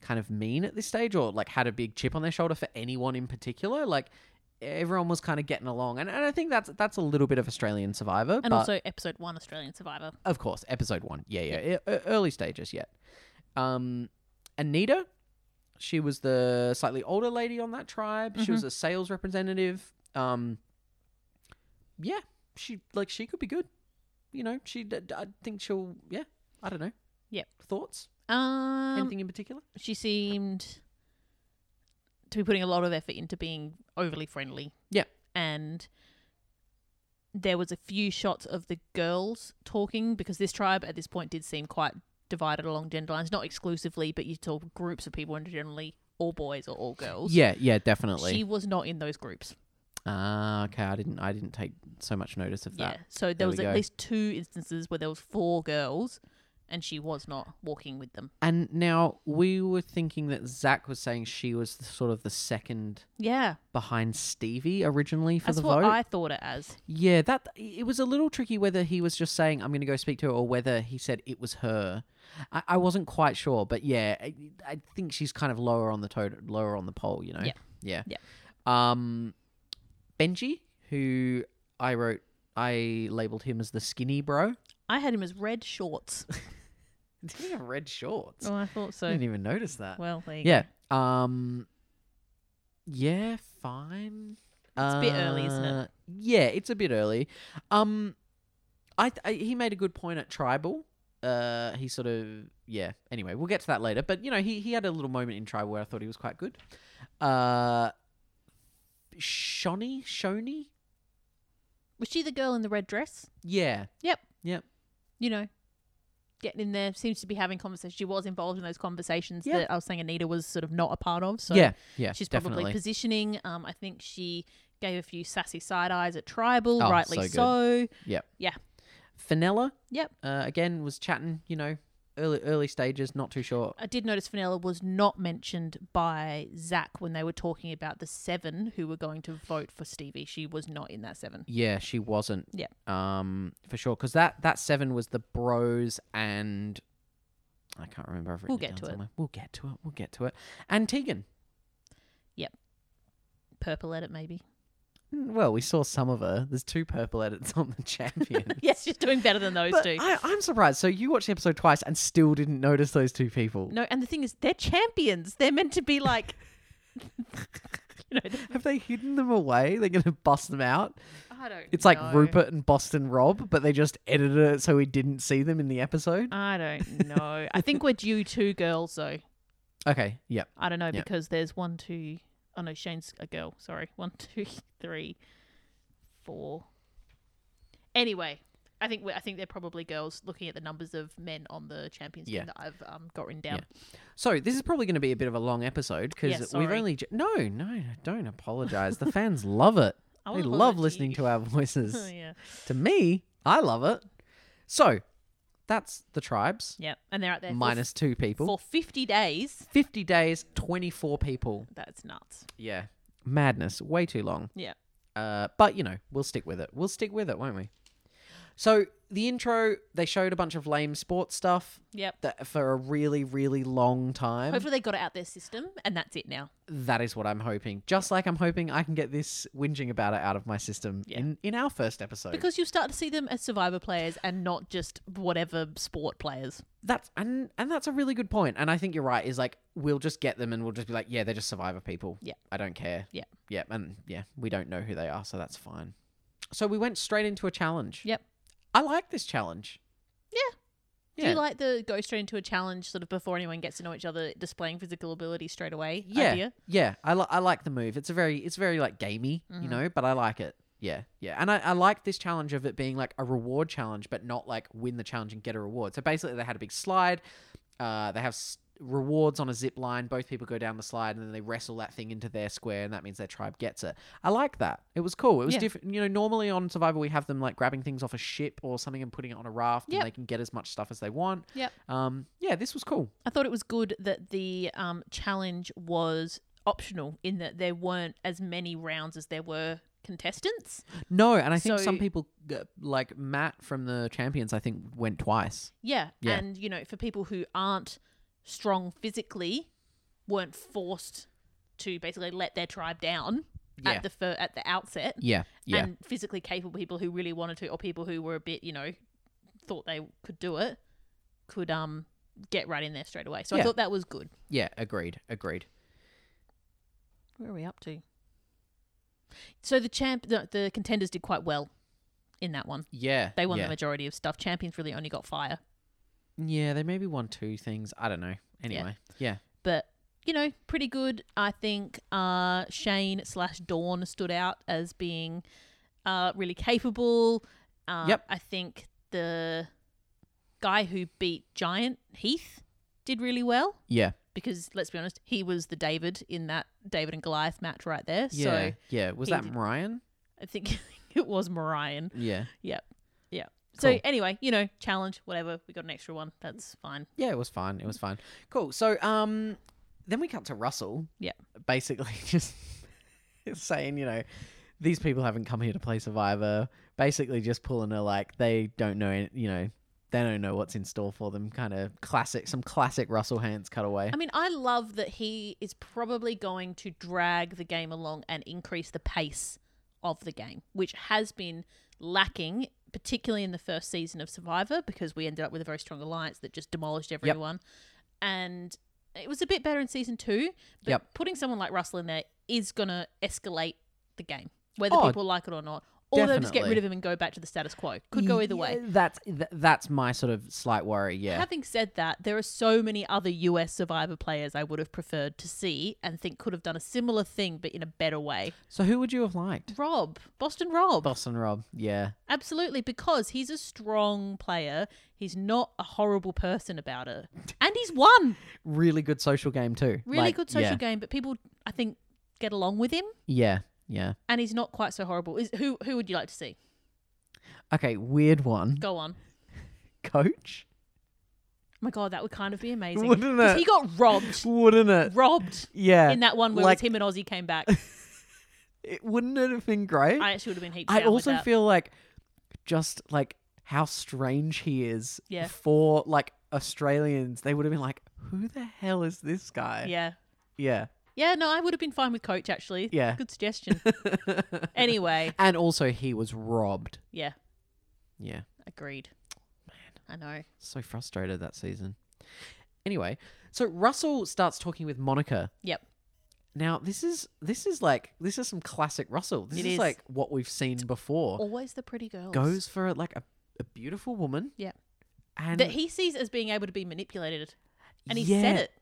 Speaker 2: kind of mean at this stage or like had a big chip on their shoulder for anyone in particular. Like everyone was kind of getting along. And, and I think that's that's a little bit of Australian Survivor.
Speaker 1: And
Speaker 2: but
Speaker 1: also episode one, Australian Survivor.
Speaker 2: of course, episode one. Yeah, yeah, e- e- early stages yet. Um, Anita, she was the slightly older lady on that tribe. She
Speaker 1: Mm-hmm.
Speaker 2: was a sales representative. Um, yeah, she like she could be good. You know, she. d- d- I think she'll. Yeah, I don't know.
Speaker 1: Yep.
Speaker 2: Thoughts?
Speaker 1: Um,
Speaker 2: Anything in particular?
Speaker 1: she seemed to be putting a lot of effort into being overly friendly.
Speaker 2: Yeah.
Speaker 1: And there was a few shots of the girls talking because this tribe at this point did seem quite divided along gender lines, not exclusively, but you saw groups of people and generally all boys or all girls.
Speaker 2: Yeah, yeah, definitely.
Speaker 1: She was not in those groups.
Speaker 2: Ah, okay. I didn't. I didn't take so much notice of
Speaker 1: Yeah.
Speaker 2: that.
Speaker 1: So there,
Speaker 2: There we
Speaker 1: was at
Speaker 2: go.
Speaker 1: least two instances where there was four girls and she was not walking with them.
Speaker 2: And now we were thinking that Zach was saying she was the, sort of the second
Speaker 1: Yeah.
Speaker 2: behind Stevie originally for
Speaker 1: That's
Speaker 2: the
Speaker 1: what
Speaker 2: vote.
Speaker 1: I thought it as.
Speaker 2: Yeah, that it was a little tricky whether he was just saying I'm going to go speak to her or whether he said it was her. I, I wasn't quite sure, but yeah, I, I think she's kind of lower on the to- lower on the poll, you know.
Speaker 1: Yeah.
Speaker 2: Yeah.
Speaker 1: Yeah.
Speaker 2: Um, Benji, who I wrote, I labeled him as the skinny bro.
Speaker 1: I had him as red shorts.
Speaker 2: Did he have red shorts?
Speaker 1: oh, I thought
Speaker 2: I
Speaker 1: so.
Speaker 2: didn't even notice that.
Speaker 1: Well, there you
Speaker 2: yeah. Um. Yeah. Fine.
Speaker 1: It's a bit early, isn't it?
Speaker 2: Uh, Yeah, it's a bit early. Um, I, th- I he made a good point at tribal. Uh, he sort of yeah. Anyway, we'll get to that later. But you know, he he had a little moment in tribal where I thought he was quite good. Uh, Shoni, Shoni,
Speaker 1: Was she the girl in the red dress?
Speaker 2: yeah,
Speaker 1: You know, getting in there, seems to be having conversations. She was involved in those conversations
Speaker 2: Yeah.
Speaker 1: that I was saying Anita was sort of not a part of. So
Speaker 2: yeah, yeah.
Speaker 1: she's probably
Speaker 2: definitely.
Speaker 1: positioning. Um, I think she gave a few sassy side eyes at Tribal,
Speaker 2: Oh,
Speaker 1: rightly
Speaker 2: so
Speaker 1: so.
Speaker 2: good. Yep.
Speaker 1: Yeah.
Speaker 2: Finella.
Speaker 1: Yep.
Speaker 2: Uh, again was chatting. You know, early early stages. Not too sure.
Speaker 1: I did notice Fenella was not mentioned by Zach when they were talking about the seven who were going to vote for Stevie. She was not in that seven.
Speaker 2: Yeah, she wasn't.
Speaker 1: Yeah.
Speaker 2: Um, for sure, because that that seven was the bros and I can't remember. I've
Speaker 1: We'll
Speaker 2: written
Speaker 1: get
Speaker 2: down
Speaker 1: to it.
Speaker 2: somewhere. We'll get to it. We'll get to it. And Tegan.
Speaker 1: Purple edit, maybe.
Speaker 2: Mm, Well, we saw some of her. There's two purple edits on the champion.
Speaker 1: yes, she's doing better than those
Speaker 2: But
Speaker 1: two.
Speaker 2: I, I'm surprised. So you watched the episode twice and still didn't notice those two people.
Speaker 1: No, and the thing is, they're champions. They're meant to be like, you know, they-
Speaker 2: Have they hidden them away? They're gonna bust them out.
Speaker 1: I don't.
Speaker 2: It's like
Speaker 1: know.
Speaker 2: Rupert and Boston Rob, but they just edited it so we didn't see them in the episode.
Speaker 1: I don't know. I think we're due two girls though.
Speaker 2: Okay. Yep.
Speaker 1: I don't know
Speaker 2: Yeah.
Speaker 1: because there's one, two. Oh no, Shane's a girl. Sorry, one, two, three, four. Anyway, I think we I think they're probably girls. Looking at the numbers of men on the champions
Speaker 2: Yeah.
Speaker 1: team that I've um, got written down.
Speaker 2: So this is probably going to be a bit of a long episode
Speaker 1: Yeah,
Speaker 2: because we've
Speaker 1: sorry.
Speaker 2: only j- no no don't apologize. The fans love it.
Speaker 1: I
Speaker 2: they
Speaker 1: wouldn't
Speaker 2: love
Speaker 1: apologize
Speaker 2: listening
Speaker 1: you.
Speaker 2: to our voices.
Speaker 1: yeah,
Speaker 2: to me, I love it. So that's the tribes
Speaker 1: yeah, and they're out there for-
Speaker 2: minus two people.
Speaker 1: for fifty days.
Speaker 2: Fifty days, twenty four people.
Speaker 1: That's nuts.
Speaker 2: Yeah, madness. Way too long.
Speaker 1: Yeah.
Speaker 2: Uh, but you know, we'll stick with it. We'll stick with it, won't we? So the intro, they showed a bunch of lame sports stuff
Speaker 1: Yep.
Speaker 2: that for a really, really long time.
Speaker 1: Hopefully they got it out their system, and that's it now.
Speaker 2: That is what I'm hoping. Just like I'm hoping I can get this whinging about it out of my system
Speaker 1: Yeah.
Speaker 2: in, in our first episode.
Speaker 1: Because you'll start to see them as survivor players and not just whatever sport players.
Speaker 2: that's and and that's a really good point. And I think you're right, is like we'll just get them and we'll just be like, Yeah, they're just survivor people.
Speaker 1: Yeah.
Speaker 2: I don't care.
Speaker 1: Yeah.
Speaker 2: Yeah. And yeah, we don't know who they are, so that's fine. So we went straight into a challenge.
Speaker 1: Yep.
Speaker 2: I like this challenge.
Speaker 1: Yeah.
Speaker 2: Yeah.
Speaker 1: Do you like the go straight into a challenge sort of before anyone gets to know each other, displaying physical ability straight away?
Speaker 2: yeah,
Speaker 1: Idea?
Speaker 2: yeah. I li- I like the move. It's a very it's very like gamey, you
Speaker 1: Mm-hmm.
Speaker 2: know, but I like it. Yeah, yeah. And I, I like this challenge of it being like a reward challenge, but not like win the challenge and get a reward. So basically, they had a big slide. Uh, they have s- rewards on a zip line. Both people go down the slide and then they wrestle that thing into their square, and that means their tribe gets it. I like that. It was cool. It was
Speaker 1: Yeah.
Speaker 2: different. You know, normally on Survivor we have them like grabbing things off a ship or something and putting it on a raft,
Speaker 1: Yep.
Speaker 2: and they can get as much stuff as they want.
Speaker 1: Yep.
Speaker 2: Um. Yeah, this was cool.
Speaker 1: I thought it was good that the um, challenge was optional in that there weren't as many rounds as there were contestants.
Speaker 2: No, and I think some
Speaker 1: So-
Speaker 2: people uh, like Matt from the Champions. I think went twice.
Speaker 1: Yeah.
Speaker 2: Yeah.
Speaker 1: And, you know, for people who aren't strong physically, weren't forced to basically let their tribe down
Speaker 2: Yeah.
Speaker 1: at the fir- at the outset.
Speaker 2: Yeah, yeah,
Speaker 1: And physically capable people who really wanted to or people who were a bit, you know, thought they could do it could um get right in there straight away. So I
Speaker 2: Yeah.
Speaker 1: thought that was good.
Speaker 2: yeah. Agreed, agreed.
Speaker 1: Where are we up to? So the champ the, the contenders did quite well in that one.
Speaker 2: Yeah,
Speaker 1: They won
Speaker 2: yeah.
Speaker 1: the majority of stuff. Champions really only got fire.
Speaker 2: Yeah, they maybe won two things. I don't know. Anyway, yeah,
Speaker 1: but you know, pretty good. I think uh, Shane slash Dawn stood out as being uh, really capable. Uh,
Speaker 2: Yep.
Speaker 1: I think the guy who beat Giant Heath did really well
Speaker 2: yeah,
Speaker 1: because let's be honest, he was the David in that David and Goliath match right there.
Speaker 2: yeah,
Speaker 1: So
Speaker 2: yeah. Was
Speaker 1: he
Speaker 2: that
Speaker 1: did-
Speaker 2: Ryan?
Speaker 1: I think it was Marion.
Speaker 2: Yeah,
Speaker 1: Yep. Yep. So
Speaker 2: Cool.
Speaker 1: anyway, you know, challenge, whatever. We got an extra one. That's fine.
Speaker 2: yeah. It was fine. It was fine. Cool. So, um, then we cut to Russell.
Speaker 1: Yeah.
Speaker 2: basically just saying, you know, these people haven't come here to play Survivor. Basically, just pulling a like they don't know, any- you know, they don't know what's in store for them. Kind of classic, some classic Russell Hands cutaway.
Speaker 1: I mean, I love that he is probably going to drag the game along and increase the pace of the game, which has been lacking, particularly in the first season of Survivor, because we ended up with a very strong alliance that just demolished everyone. And it was a bit better in season two, but
Speaker 2: Yep.
Speaker 1: putting someone like Russell in there is going to escalate the game, whether
Speaker 2: Oh,
Speaker 1: people like it or not. Or they'll just get rid
Speaker 2: definitely.
Speaker 1: of him and go back to the status quo. Could go either way.
Speaker 2: Yeah, That's th- that's my sort of slight worry. Yeah,
Speaker 1: Having said that, there are so many other US Survivor players I would have preferred to see and think could have done a similar thing, but in a better way.
Speaker 2: So who would you have liked?
Speaker 1: Rob, Boston Rob.
Speaker 2: Boston Rob. Yeah.
Speaker 1: Absolutely, because he's a strong player. He's not a horrible person about it. And he's won.
Speaker 2: Really good social game too.
Speaker 1: Really
Speaker 2: Like,
Speaker 1: good social
Speaker 2: yeah.
Speaker 1: game, but people, I think, get along with him.
Speaker 2: Yeah. Yeah.
Speaker 1: And he's not quite so horrible. Is who who would you like to see?
Speaker 2: Okay, weird one.
Speaker 1: Go on.
Speaker 2: Coach?
Speaker 1: Oh my god, that would kind of be amazing.
Speaker 2: Wouldn't
Speaker 1: 'Cause
Speaker 2: it?
Speaker 1: He got robbed.
Speaker 2: Wouldn't it?
Speaker 1: robbed
Speaker 2: Yeah.
Speaker 1: in that one where
Speaker 2: like-
Speaker 1: it was him and Ozzy came back.
Speaker 2: It- wouldn't it have been great?
Speaker 1: I actually would have been heaps
Speaker 2: I
Speaker 1: down with
Speaker 2: also
Speaker 1: that.
Speaker 2: feel like just like how strange he is
Speaker 1: Yeah.
Speaker 2: for like Australians. They would have been like, who the hell is this guy?
Speaker 1: Yeah.
Speaker 2: Yeah.
Speaker 1: Yeah, no, I would have been fine with coach actually.
Speaker 2: Yeah.
Speaker 1: Good suggestion. anyway,
Speaker 2: And also he was robbed.
Speaker 1: yeah,
Speaker 2: Yeah.
Speaker 1: agreed. Man, I know.
Speaker 2: So frustrated that season. Anyway, so Russell starts talking with Monica.
Speaker 1: Yep.
Speaker 2: Now this is this is like this is some classic Russell. This
Speaker 1: It
Speaker 2: is,
Speaker 1: is.
Speaker 2: like what we've seen before.
Speaker 1: Always the pretty girls.
Speaker 2: Oh. Goes for like a, a beautiful woman.
Speaker 1: Yep.
Speaker 2: And
Speaker 1: that he sees as being able to be manipulated. And he
Speaker 2: Yeah.
Speaker 1: said it.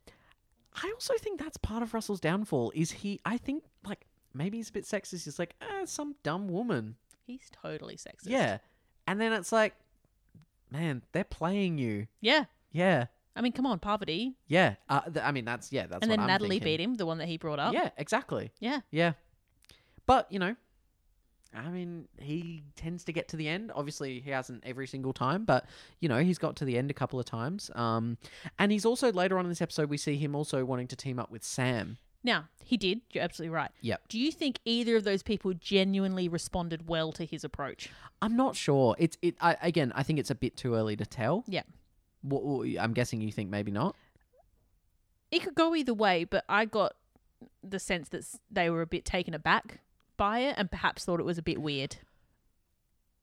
Speaker 2: I also think that's part of Russell's downfall. Is he? I think like maybe he's a bit sexist. He's like ah, some dumb woman.
Speaker 1: He's totally sexist.
Speaker 2: Yeah. And then it's like, man, they're playing you.
Speaker 1: Yeah.
Speaker 2: Yeah.
Speaker 1: I mean, come on, poverty.
Speaker 2: Yeah. Uh, th- I mean that's yeah. That's
Speaker 1: and
Speaker 2: what
Speaker 1: then
Speaker 2: I'm
Speaker 1: Natalie
Speaker 2: thinking.
Speaker 1: beat him, the one that he brought up.
Speaker 2: Yeah, exactly.
Speaker 1: Yeah.
Speaker 2: Yeah. But, you know, I mean, he tends to get to the end. Obviously, he hasn't every single time, but, you know, he's got to the end a couple of times. Um, and he's also, later on in this episode, we see him also wanting to team up with Sam.
Speaker 1: Now, he did. You're absolutely right.
Speaker 2: Yep.
Speaker 1: Do you think either of those people genuinely responded well to his approach?
Speaker 2: I'm not sure. It's, it, I, again, I think it's a bit too early to tell.
Speaker 1: Yeah.
Speaker 2: What, what- I'm guessing you think maybe not.
Speaker 1: it could go either way, but I got the sense that s- they were a bit taken aback by it and perhaps thought it was a bit weird.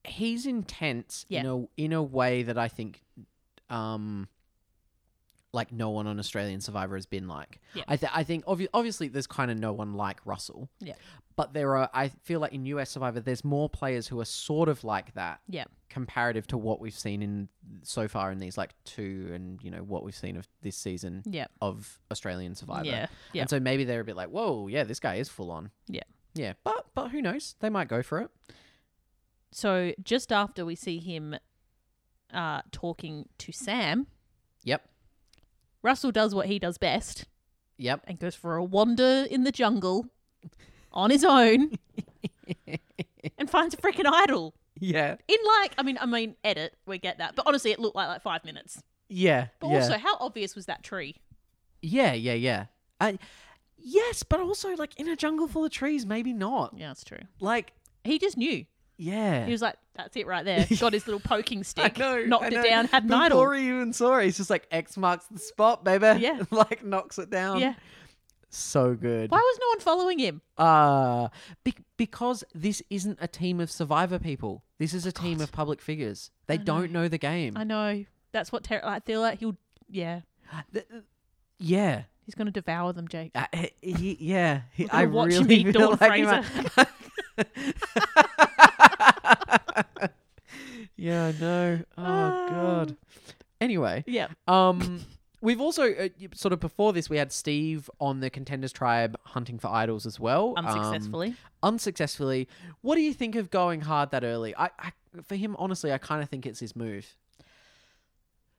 Speaker 2: he's intense
Speaker 1: Yeah.
Speaker 2: in a in a way that I think um like no one on Australian Survivor has been like.
Speaker 1: Yeah.
Speaker 2: I th- I think obvi- obviously there's kind of no one like Russell.
Speaker 1: Yeah.
Speaker 2: But there are I feel like in US Survivor there's more players who are sort of like that
Speaker 1: Yeah.
Speaker 2: comparative to what we've seen in so far in these like two and you know what we've seen of this season
Speaker 1: Yeah.
Speaker 2: of Australian Survivor.
Speaker 1: Yeah. Yeah.
Speaker 2: And so maybe they're a bit like, "Whoa, yeah, this guy is full on."
Speaker 1: Yeah.
Speaker 2: Yeah, but but who knows? They might go for it.
Speaker 1: So just after we see him uh, talking to Sam,
Speaker 2: Yep.
Speaker 1: Russell does what he does best
Speaker 2: Yep.
Speaker 1: and goes for a wander in the jungle on his own and finds a freaking idol.
Speaker 2: Yeah.
Speaker 1: In like, I mean, I mean, edit, we get that. But honestly, it looked like like five minutes.
Speaker 2: Yeah.
Speaker 1: But
Speaker 2: yeah.
Speaker 1: also, how obvious was that tree?
Speaker 2: Yeah, yeah, yeah. I yes, but also like in a jungle full of trees, maybe not.
Speaker 1: Yeah, that's true.
Speaker 2: Like
Speaker 1: He just knew.
Speaker 2: Yeah.
Speaker 1: He was like, "That's it right there." Got his little poking stick,
Speaker 2: I know,
Speaker 1: knocked
Speaker 2: I
Speaker 1: it
Speaker 2: know.
Speaker 1: down, had an idol.
Speaker 2: Before he even saw it, he's just like X marks the spot, baby.
Speaker 1: Yeah.
Speaker 2: like knocks it down.
Speaker 1: Yeah.
Speaker 2: So good.
Speaker 1: Why was no one following him?
Speaker 2: Uh be- because this isn't a team of survivor people. This
Speaker 1: Oh,
Speaker 2: is a team of public figures. They don't know the game.
Speaker 1: I know. That's what Ter- I feel like he'll. Yeah,
Speaker 2: Th- uh, yeah.
Speaker 1: he's gonna devour them, Jake.
Speaker 2: Uh, he, yeah, he,
Speaker 1: We're gonna
Speaker 2: I
Speaker 1: watch him
Speaker 2: really
Speaker 1: eat Dawn
Speaker 2: feel like he might- yeah, I know. Oh
Speaker 1: Ah.
Speaker 2: god. Anyway,
Speaker 1: Yeah,
Speaker 2: um, we've also uh, y- sort of before this we had Steve on the Contenders Tribe hunting for idols as well, um,
Speaker 1: unsuccessfully.
Speaker 2: unsuccessfully. What do you think of going hard that early? I, I for him, honestly, I kind of think it's his move.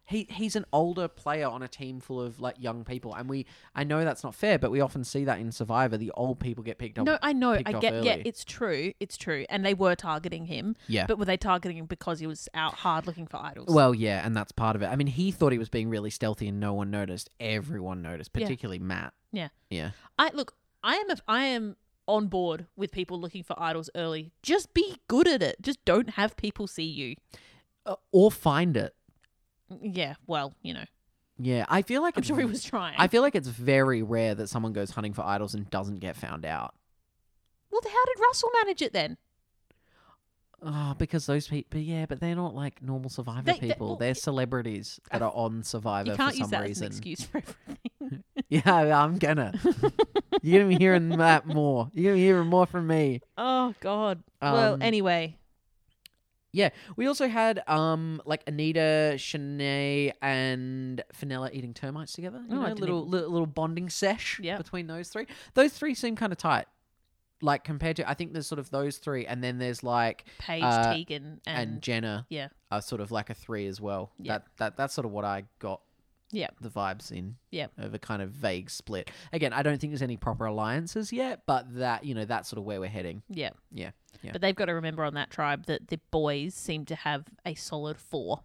Speaker 2: He he's an older player on a team full of like young people, and we I know that's not fair, but we often see that in Survivor, the old people get picked up.
Speaker 1: no, I know. I
Speaker 2: picked off
Speaker 1: get. Yeah,
Speaker 2: early.
Speaker 1: it's true. It's true. And they were targeting him,
Speaker 2: yeah.
Speaker 1: but were they targeting him because he was out hard looking for idols?
Speaker 2: well, yeah, and that's part of it. I mean, he thought he was being really stealthy, and no one noticed. Everyone noticed,
Speaker 1: Yeah.
Speaker 2: particularly Matt.
Speaker 1: Yeah.
Speaker 2: yeah,
Speaker 1: I look. I am. A, I am on board with people looking for idols early. Just be good at it. Just don't have people see you.
Speaker 2: Uh, or find it.
Speaker 1: Yeah. Well, you know.
Speaker 2: Yeah, I feel like
Speaker 1: I'm
Speaker 2: it's
Speaker 1: sure he was trying.
Speaker 2: I feel like it's very rare that someone goes hunting for idols and doesn't get found out.
Speaker 1: well, how did Russell manage it then?
Speaker 2: Oh, because those people, yeah, but they're not like normal Survivor
Speaker 1: They- they-
Speaker 2: people.
Speaker 1: well,
Speaker 2: They, are celebrities that are on Survivor
Speaker 1: You
Speaker 2: for
Speaker 1: can't
Speaker 2: some
Speaker 1: use that
Speaker 2: reason.
Speaker 1: as an excuse for everything.
Speaker 2: yeah, I'm gonna. You're gonna be hearing that more. You're gonna be hearing more from me.
Speaker 1: oh God. well,
Speaker 2: Um,
Speaker 1: anyway.
Speaker 2: Yeah, we also had um like Anita, Shanae, and Finella eating termites together. You
Speaker 1: Oh, I
Speaker 2: know,
Speaker 1: didn't
Speaker 2: little li- little bonding sesh
Speaker 1: Yep.
Speaker 2: between those three. Those three seem kind of tight. Like compared to, I think there's sort of those three, and then there's like
Speaker 1: Paige,
Speaker 2: uh,
Speaker 1: Tegan,
Speaker 2: and,
Speaker 1: and,
Speaker 2: Jenna
Speaker 1: yeah.
Speaker 2: are sort of like a three as well.
Speaker 1: Yeah.
Speaker 2: That that that's sort of what I got.
Speaker 1: Yeah.
Speaker 2: the vibes in.
Speaker 1: Yeah.
Speaker 2: of a kind of vague split. Again, I don't think there's any proper alliances yet, but that you know that's sort of where we're heading.
Speaker 1: yeah,
Speaker 2: Yeah, yeah.
Speaker 1: But they've got to remember on that tribe that the boys seem to have a solid four.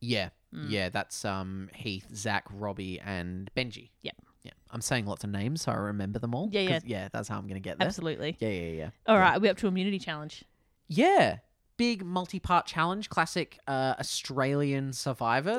Speaker 2: Yeah,
Speaker 1: Mm.
Speaker 2: yeah. That's um Heath, Zach, Robbie, and Benji.
Speaker 1: Yep.
Speaker 2: yeah. I'm saying lots of names so I remember them all.
Speaker 1: Yeah, yeah.
Speaker 2: 'cause, yeah. That's how I'm gonna get there.
Speaker 1: Absolutely.
Speaker 2: Yeah, yeah, yeah.
Speaker 1: All right, are we up to immunity challenge?
Speaker 2: Yeah. Big multi-part challenge, classic uh, Australian Survivor.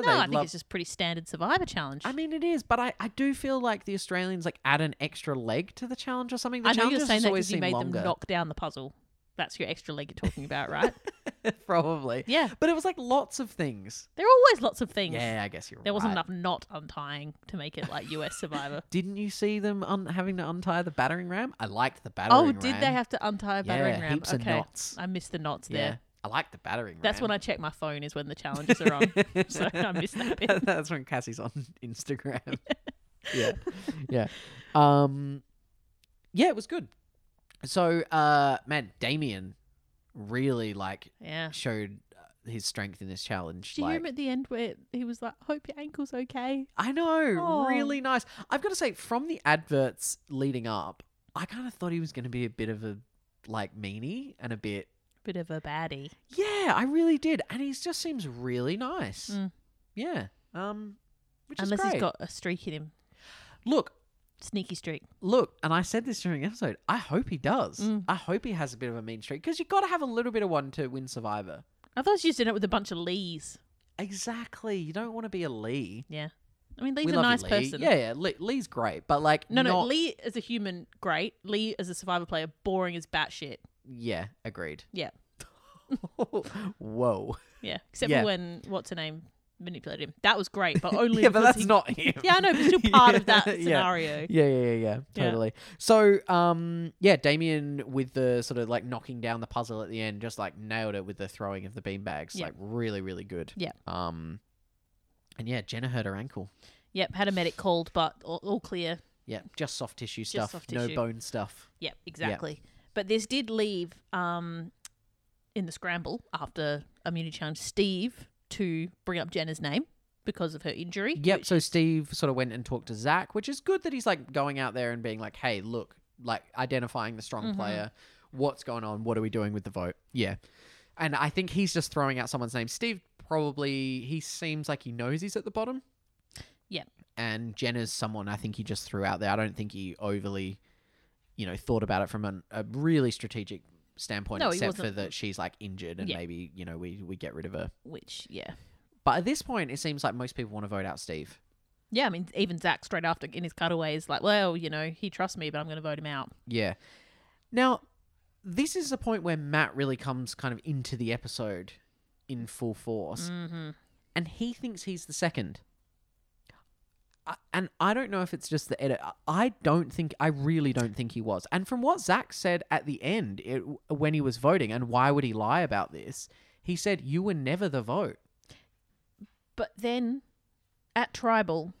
Speaker 1: No,
Speaker 2: Oh, They
Speaker 1: I think
Speaker 2: love-
Speaker 1: it's just pretty standard survivor challenge.
Speaker 2: I mean, it is, but I, I do feel like the Australians like add an extra leg to the challenge or something. The
Speaker 1: I know you're
Speaker 2: challenges
Speaker 1: saying
Speaker 2: just
Speaker 1: that
Speaker 2: always
Speaker 1: because you
Speaker 2: seem
Speaker 1: made
Speaker 2: longer,
Speaker 1: them knock down the puzzle. That's your extra leg you're talking about, right?
Speaker 2: probably.
Speaker 1: yeah,
Speaker 2: But it was like lots of things.
Speaker 1: there are always lots of things.
Speaker 2: Yeah, I guess you're
Speaker 1: There wasn't enough
Speaker 2: right.
Speaker 1: knot untying to make it like US Survivor.
Speaker 2: Didn't you see them un- having to untie the battering ram? I liked the battering.
Speaker 1: oh, did they
Speaker 2: ram.
Speaker 1: have to untie a battering
Speaker 2: yeah,
Speaker 1: ram?
Speaker 2: Heaps
Speaker 1: okay,
Speaker 2: of knots.
Speaker 1: I missed the knots
Speaker 2: yeah,
Speaker 1: there.
Speaker 2: I like the battering ram.
Speaker 1: That's when I check my phone is when the challenges are on. so I missed that bit.
Speaker 2: That's when Cassie's on Instagram. yeah. Yeah. Um Yeah, it was good. So uh man, Damien really like
Speaker 1: Yeah.
Speaker 2: showed uh, his strength in this challenge.
Speaker 1: Do you
Speaker 2: like,
Speaker 1: hear him at the end where he was like, "Hope your ankle's okay"?
Speaker 2: I know,
Speaker 1: Oh.
Speaker 2: really nice. I've got to say, from the adverts leading up, I kind of thought he was going to be a bit of a like meanie and a bit.
Speaker 1: Bit of a baddie.
Speaker 2: Yeah, I really did, and he just seems really nice.
Speaker 1: Mm.
Speaker 2: Yeah, um, which is
Speaker 1: Unless
Speaker 2: great.
Speaker 1: he's got a streak in him,
Speaker 2: look,
Speaker 1: sneaky streak.
Speaker 2: look, and I said this during the episode. I hope he does.
Speaker 1: Mm.
Speaker 2: I hope he has a bit of a mean streak because you got to have a little bit of one to win Survivor.
Speaker 1: I thought she was doing it with a bunch of Lees.
Speaker 2: Exactly. You don't want to be a Lee.
Speaker 1: Yeah, I mean Lee's
Speaker 2: We
Speaker 1: a
Speaker 2: love you,
Speaker 1: nice
Speaker 2: Lee.
Speaker 1: person.
Speaker 2: Yeah, yeah. Lee, Lee's great, but like,
Speaker 1: No, no.
Speaker 2: not-
Speaker 1: Lee as a human, great. Lee as a survivor player, boring as batshit.
Speaker 2: Yeah, agreed.
Speaker 1: Yeah.
Speaker 2: Whoa.
Speaker 1: Yeah, except
Speaker 2: Yeah.
Speaker 1: for when what's her name manipulated him. That was great, but only
Speaker 2: yeah, but
Speaker 1: because
Speaker 2: that's
Speaker 1: he-
Speaker 2: not him.
Speaker 1: Yeah, I know, but still part of that
Speaker 2: Yeah,
Speaker 1: scenario.
Speaker 2: Yeah, yeah, yeah, yeah,
Speaker 1: Yeah.
Speaker 2: totally. So, um, yeah, Damien with the sort of like knocking down the puzzle at the end, just like nailed it with the throwing of the beanbags.
Speaker 1: Yeah.
Speaker 2: Like really, really good.
Speaker 1: Yeah.
Speaker 2: Um, and yeah, Jenna hurt her ankle.
Speaker 1: Yep, had a medic called, but all, all clear.
Speaker 2: Yeah, just soft tissue stuff,
Speaker 1: soft
Speaker 2: no
Speaker 1: tissue.
Speaker 2: bone stuff.
Speaker 1: Yep, exactly. But this did leave um, in the scramble after immunity challenge Steve to bring up Jenna's name because of her injury.
Speaker 2: Yep. So Steve sort of went and talked to Zach, which is good that he's like going out there and being like, "Hey, look, like identifying the strong
Speaker 1: Mhm.
Speaker 2: player. What's going on? What are we doing with the vote?" Yeah. And I think he's just throwing out someone's name. Steve probably he seems like he knows he's at the bottom.
Speaker 1: Yeah.
Speaker 2: And Jenna's someone I think he just threw out there. I don't think he overly, you know, thought about it from an, a really strategic standpoint,
Speaker 1: No, he
Speaker 2: except for
Speaker 1: wasn't-
Speaker 2: that she's like injured and
Speaker 1: Yeah.
Speaker 2: maybe you know we we get rid of her.
Speaker 1: Which, yeah.
Speaker 2: But at this point, it seems like most people want to vote out Steve.
Speaker 1: Yeah, I mean, even Zach straight after in his cutaway is like, well, you know, he trusts me, but I'm going to vote him out.
Speaker 2: Yeah. Now, this is the point where Matt really comes kind of into the episode in full force,
Speaker 1: Mm-hmm.
Speaker 2: and he thinks he's the second. I, and I don't know if it's just the edit. I- I don't think, I really don't think he was. And from what Zach said at the end it, when he was voting, and why would he lie about this? He said, You were never the vote.
Speaker 1: But then at Tribal,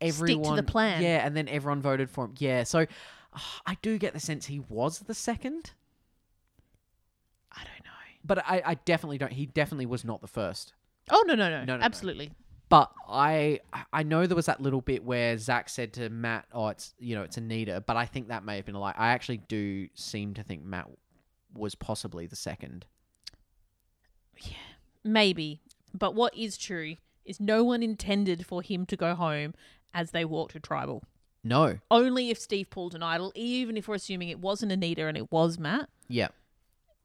Speaker 1: Stick to the
Speaker 2: Everyone,
Speaker 1: plan.
Speaker 2: Yeah, and then everyone voted for him. Yeah, so ah, I do get the sense he was the second.
Speaker 1: I don't know.
Speaker 2: But I, I definitely don't. He definitely was not the first.
Speaker 1: Oh, no, no, no.
Speaker 2: No, no, no.
Speaker 1: Absolutely.
Speaker 2: But I, I know there was that little bit where Zach said to Matt, "Oh, it's you know, it's Anita." But I think that may have been a lie. I actually do seem to think Matt was possibly the second.
Speaker 1: Maybe. But what is true is no one intended for him to go home as they walked to Tribal.
Speaker 2: No.
Speaker 1: Only if Steve pulled an idol, even if we're assuming it wasn't Anita and it was Matt.
Speaker 2: Yeah.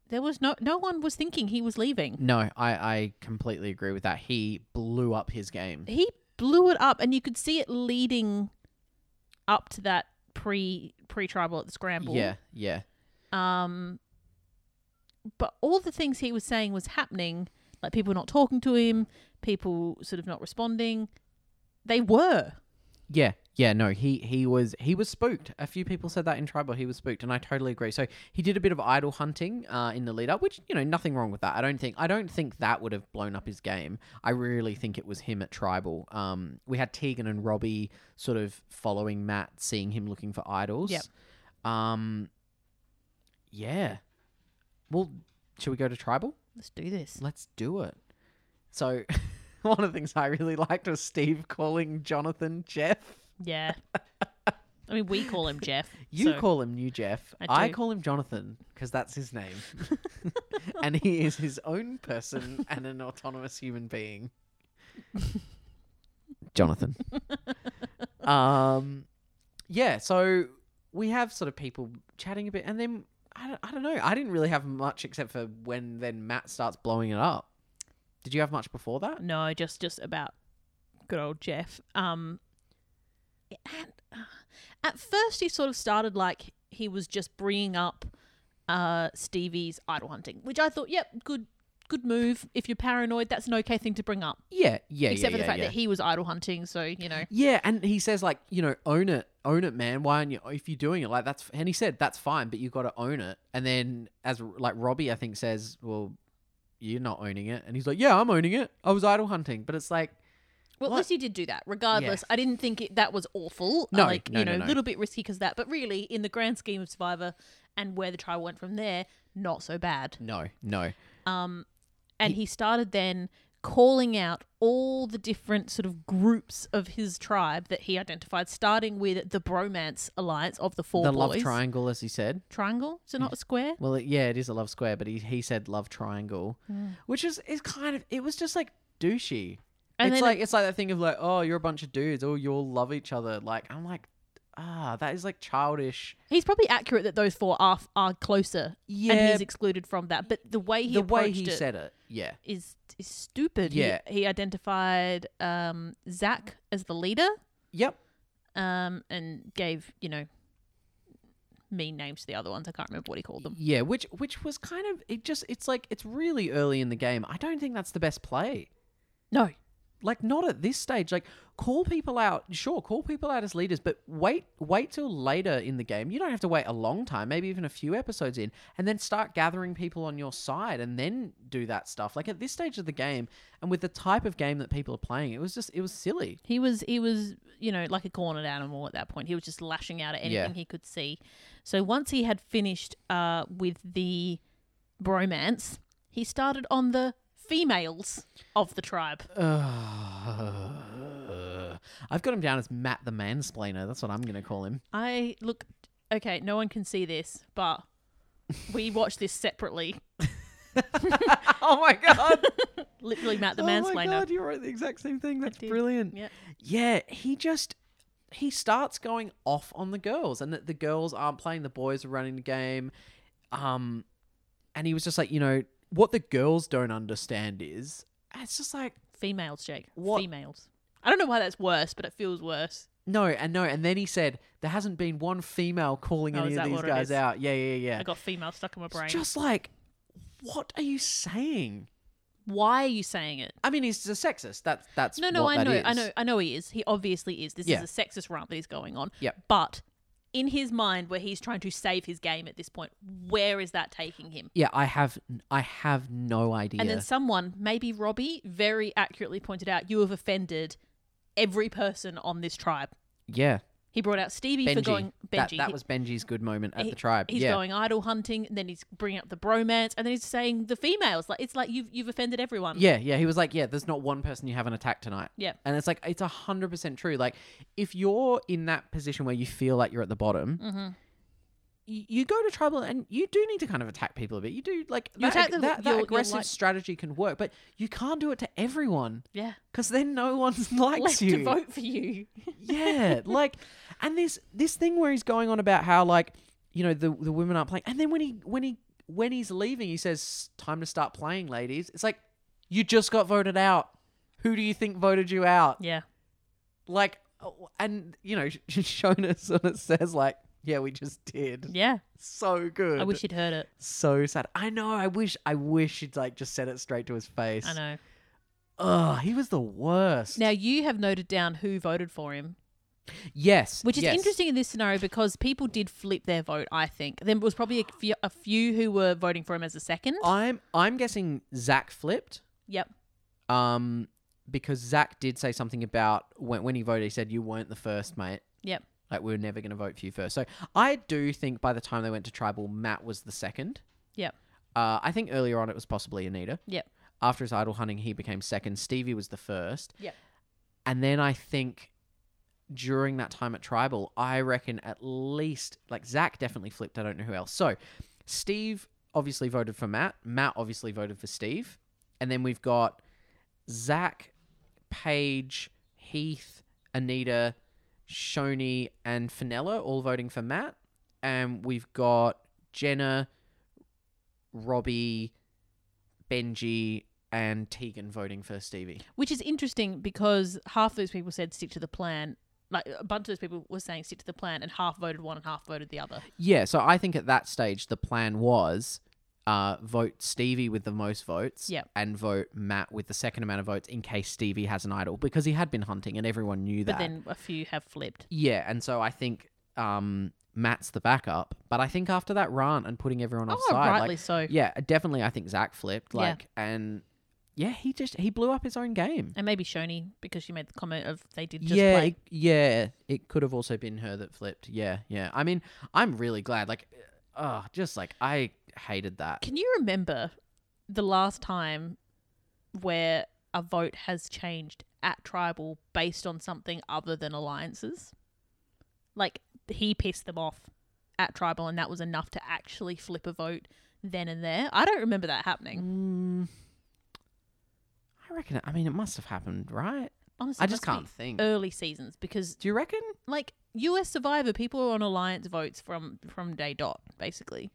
Speaker 1: There was no no one was thinking he was leaving.
Speaker 2: No. I, I completely agree with that. He blew up his game.
Speaker 1: He blew it up and you could see it leading up to that pre pre tribal at the scramble.
Speaker 2: Yeah. Yeah.
Speaker 1: Um, but all the things he was saying was happening, like people not talking to him, people sort of not responding. They were.
Speaker 2: Yeah, yeah, no, he he was he was spooked. A few people said that in tribal he was spooked, and I totally agree. So he did a bit of idol hunting uh, in the lead up, which you know nothing wrong with that. I don't think I don't think that would have blown up his game. I really think it was him at tribal. Um, we had Tegan and Robbie sort of following Matt, seeing him looking for idols.
Speaker 1: Yep.
Speaker 2: Um, yeah. Well, should we go to tribal?
Speaker 1: Let's do this.
Speaker 2: Let's do it. So, one of the things I really liked was Steve calling Jonathan Jeff.
Speaker 1: Yeah. I mean, we call him Jeff.
Speaker 2: You
Speaker 1: so-
Speaker 2: call him New Jeff.
Speaker 1: I
Speaker 2: I,
Speaker 1: do.
Speaker 2: call him Jonathan because that's his name. and he is his own person and an autonomous human being. Jonathan. um, yeah, so we have sort of people chatting a bit, and then I don't, I don't know. I didn't really have much except for when then Matt starts blowing it up. Did you have much before that?
Speaker 1: No, just just about good old Jeff. Um, and, uh, at first he sort of started like he was just bringing up uh Stevie's idol hunting, which I thought, yep, good good move. If you're paranoid, that's an okay thing to bring up.
Speaker 2: Yeah, yeah,
Speaker 1: Except for
Speaker 2: yeah,
Speaker 1: the
Speaker 2: yeah,
Speaker 1: fact
Speaker 2: yeah. Mm.
Speaker 1: that he was idol hunting, so you know,
Speaker 2: Yeah, and he says like, you know, own it, own it, man. Why aren't you? If you're doing it, like that's. And he said that's fine, but you got to own it. And then as like Robbie, I think says, well, you're not owning it. And he's like, yeah, I'm owning it. I was idol hunting, but it's like,
Speaker 1: well,
Speaker 2: What?
Speaker 1: at least he did do that. Regardless, I didn't think it, that was awful.
Speaker 2: No,
Speaker 1: like
Speaker 2: no,
Speaker 1: you
Speaker 2: no,
Speaker 1: know, a
Speaker 2: no.
Speaker 1: little bit risky because that, but really, in the grand scheme of Survivor and where the trial went from there, not so bad.
Speaker 2: no, no,
Speaker 1: Um, and he started then calling out all the different sort of groups of his tribe that he identified, starting with the Bromance Alliance of the Four
Speaker 2: the
Speaker 1: Boys.
Speaker 2: love triangle, as he said.
Speaker 1: Triangle? Is it not a square?
Speaker 2: Well, it, yeah, it is a love square, but he he said love triangle,
Speaker 1: Mm.
Speaker 2: which is is kind of it was just like douchey.
Speaker 1: And
Speaker 2: it's
Speaker 1: then
Speaker 2: like it's like that thing of like, oh, you're a bunch of dudes, oh, you all love each other. Like I'm like, ah, that is like childish.
Speaker 1: He's probably accurate that those four are, are closer, and
Speaker 2: Yeah,
Speaker 1: he's excluded from that. But the way he
Speaker 2: the
Speaker 1: approached
Speaker 2: way he
Speaker 1: it
Speaker 2: said it. Yeah.
Speaker 1: is is stupid. He-
Speaker 2: Yeah.
Speaker 1: he, identified um, Zach as the leader,
Speaker 2: Yep.
Speaker 1: um, and gave you know mean names to the other ones. I can't remember what he called them.
Speaker 2: Yeah, which which was kind of it just it's like it's really early in the game. I don't think that's the best play.
Speaker 1: No,
Speaker 2: Like not at this stage. Like call people out. Sure, call people out as leaders, but wait wait till later in the game. You don't have to wait a long time, maybe even a few episodes in, and then start gathering people on your side and then do that stuff. Like at this stage of the game and with the type of game that people are playing, it was just it was silly.
Speaker 1: He was he was you know like a cornered animal at that point. He was just lashing out at anything
Speaker 2: Yeah.
Speaker 1: he could see. So once he had finished uh, with the bromance, he started on the females of the tribe.
Speaker 2: I've got him down as Matt the mansplainer. That's what I'm going to call him.
Speaker 1: I look okay. No one can see this, but we watched this separately.
Speaker 2: oh my god.
Speaker 1: Literally, Matt the
Speaker 2: Oh my
Speaker 1: mansplainer.
Speaker 2: god, you wrote the exact same thing. That's
Speaker 1: did.
Speaker 2: brilliant.
Speaker 1: Yeah.
Speaker 2: Yeah, he just he starts going off on the girls and that the girls aren't playing, the boys are running the game. Um and he was just like, you know, what the girls don't understand is it's just like
Speaker 1: Females, Jake.
Speaker 2: What-
Speaker 1: Females. I don't know why that's worse, but it feels worse.
Speaker 2: no and no and then he said there hasn't been one female calling
Speaker 1: Oh,
Speaker 2: any
Speaker 1: is
Speaker 2: of
Speaker 1: that
Speaker 2: these
Speaker 1: what it
Speaker 2: guys
Speaker 1: is?
Speaker 2: out. Yeah, yeah, yeah.
Speaker 1: I got female stuck in my brain.
Speaker 2: It's just like what are you saying?
Speaker 1: why are you saying it?
Speaker 2: I mean, he's a sexist. That that's
Speaker 1: No, no,
Speaker 2: what
Speaker 1: I
Speaker 2: that
Speaker 1: know, I
Speaker 2: is.
Speaker 1: know, I know. He is. He obviously is. This is
Speaker 2: Yeah.
Speaker 1: a sexist rant that he's going on.
Speaker 2: Yep.
Speaker 1: But in his mind, where he's trying to save his game at this point, where is that taking him?
Speaker 2: Yeah, I have I have no idea.
Speaker 1: And then someone, maybe Robbie, very accurately pointed out, you have offended every person on this tribe.
Speaker 2: yeah,
Speaker 1: He brought out Stevie
Speaker 2: Benji.
Speaker 1: for going Benji.
Speaker 2: That, that
Speaker 1: He-
Speaker 2: was Benji's good moment at
Speaker 1: he-
Speaker 2: the tribe.
Speaker 1: He's
Speaker 2: yeah.
Speaker 1: going idol hunting, and then he's bringing up the bromance, and then he's saying the females. Like it's like you've you've offended everyone.
Speaker 2: Yeah, yeah. He was like, yeah, there's not one person you haven't attacked tonight.
Speaker 1: Yeah.
Speaker 2: And it's like, it's 100% true. Like, if you're in that position where you feel like you're at the bottom,
Speaker 1: Mhm.
Speaker 2: y- you go to trouble and you do need to kind of attack people a bit. You do, like,
Speaker 1: You
Speaker 2: that,
Speaker 1: attack them,
Speaker 2: that, that
Speaker 1: you'll- you'll
Speaker 2: aggressive
Speaker 1: like-
Speaker 2: strategy can work, but you can't do it to everyone
Speaker 1: yeah.
Speaker 2: because then no one likes
Speaker 1: Left
Speaker 2: you.
Speaker 1: to vote for you.
Speaker 2: yeah like and this this thing where he's going on about how like you know the the women aren't playing and then when he when he when he's leaving he says time to start playing ladies it's like you just got voted out who do you think voted you out
Speaker 1: Yeah.
Speaker 2: like oh, and you know shona sort of says like yeah we just did
Speaker 1: Yeah.
Speaker 2: so good
Speaker 1: I wish he'd heard it.
Speaker 2: so sad i know i wish i wish he'd like just said it straight to his face
Speaker 1: I know.
Speaker 2: Ugh, he was the worst
Speaker 1: Now you have noted down who voted for him,
Speaker 2: yes
Speaker 1: which is
Speaker 2: yes.
Speaker 1: interesting in this scenario because people did flip their vote. I think there was probably a few, a few who were voting for him as a second.
Speaker 2: i'm i'm guessing zach flipped
Speaker 1: Yep.
Speaker 2: um, because Zach did say something about when when he voted, he said you weren't the first, mate.
Speaker 1: Yep.
Speaker 2: Like we were never going to vote for you first. So I do think by the time they went to tribal, Matt was the second.
Speaker 1: Yep.
Speaker 2: Uh, I think earlier on it was possibly Anita.
Speaker 1: Yep.
Speaker 2: After his idol hunting, he became second. Stevie was the first.
Speaker 1: Yep.
Speaker 2: And then I think during that time at tribal, I reckon at least like Zach definitely flipped. I don't know who else. So Steve obviously voted for Matt. Matt obviously voted for Steve. And then we've got Zach, Paige, Heath, Anita, Shoni, and Finella all voting for Matt. And we've got Jenna, Robbie, Benji, and Tegan voting for Stevie.
Speaker 1: Which is interesting because half those people said stick to the plan. Like a bunch of those people were saying stick to the plan, and half voted one and half voted the other.
Speaker 2: Yeah, so I think at that stage the plan was uh, vote Stevie with the most votes
Speaker 1: Yep.
Speaker 2: and vote Matt with the second amount of votes in case Stevie has an idol because he had been hunting and everyone knew that.
Speaker 1: But then a few have flipped.
Speaker 2: yeah, and so I think um, Matt's the backup. But I think after that rant and putting everyone
Speaker 1: Oh,
Speaker 2: offside,
Speaker 1: rightly
Speaker 2: like,
Speaker 1: so.
Speaker 2: yeah, definitely I think Zach flipped.
Speaker 1: Yeah.
Speaker 2: Like and yeah, he just he blew up his own game.
Speaker 1: And maybe Shoni because she made the comment of they did just
Speaker 2: yeah,
Speaker 1: play.
Speaker 2: it, yeah. It could have also been her that flipped. Yeah, yeah. I mean, I'm really glad. Like, oh, just like I hated that.
Speaker 1: Can you remember the last time where a vote has changed at tribal based on something other than alliances? Like he pissed them off at tribal and that was enough to actually flip a vote then and there. I don't remember that happening.
Speaker 2: Mm, I reckon. It, I mean, it must have happened, right?
Speaker 1: Honestly,
Speaker 2: I
Speaker 1: it
Speaker 2: just
Speaker 1: must
Speaker 2: can't think.
Speaker 1: be early seasons because
Speaker 2: Do you reckon?
Speaker 1: like US Survivor people are on alliance votes from from day dot basically.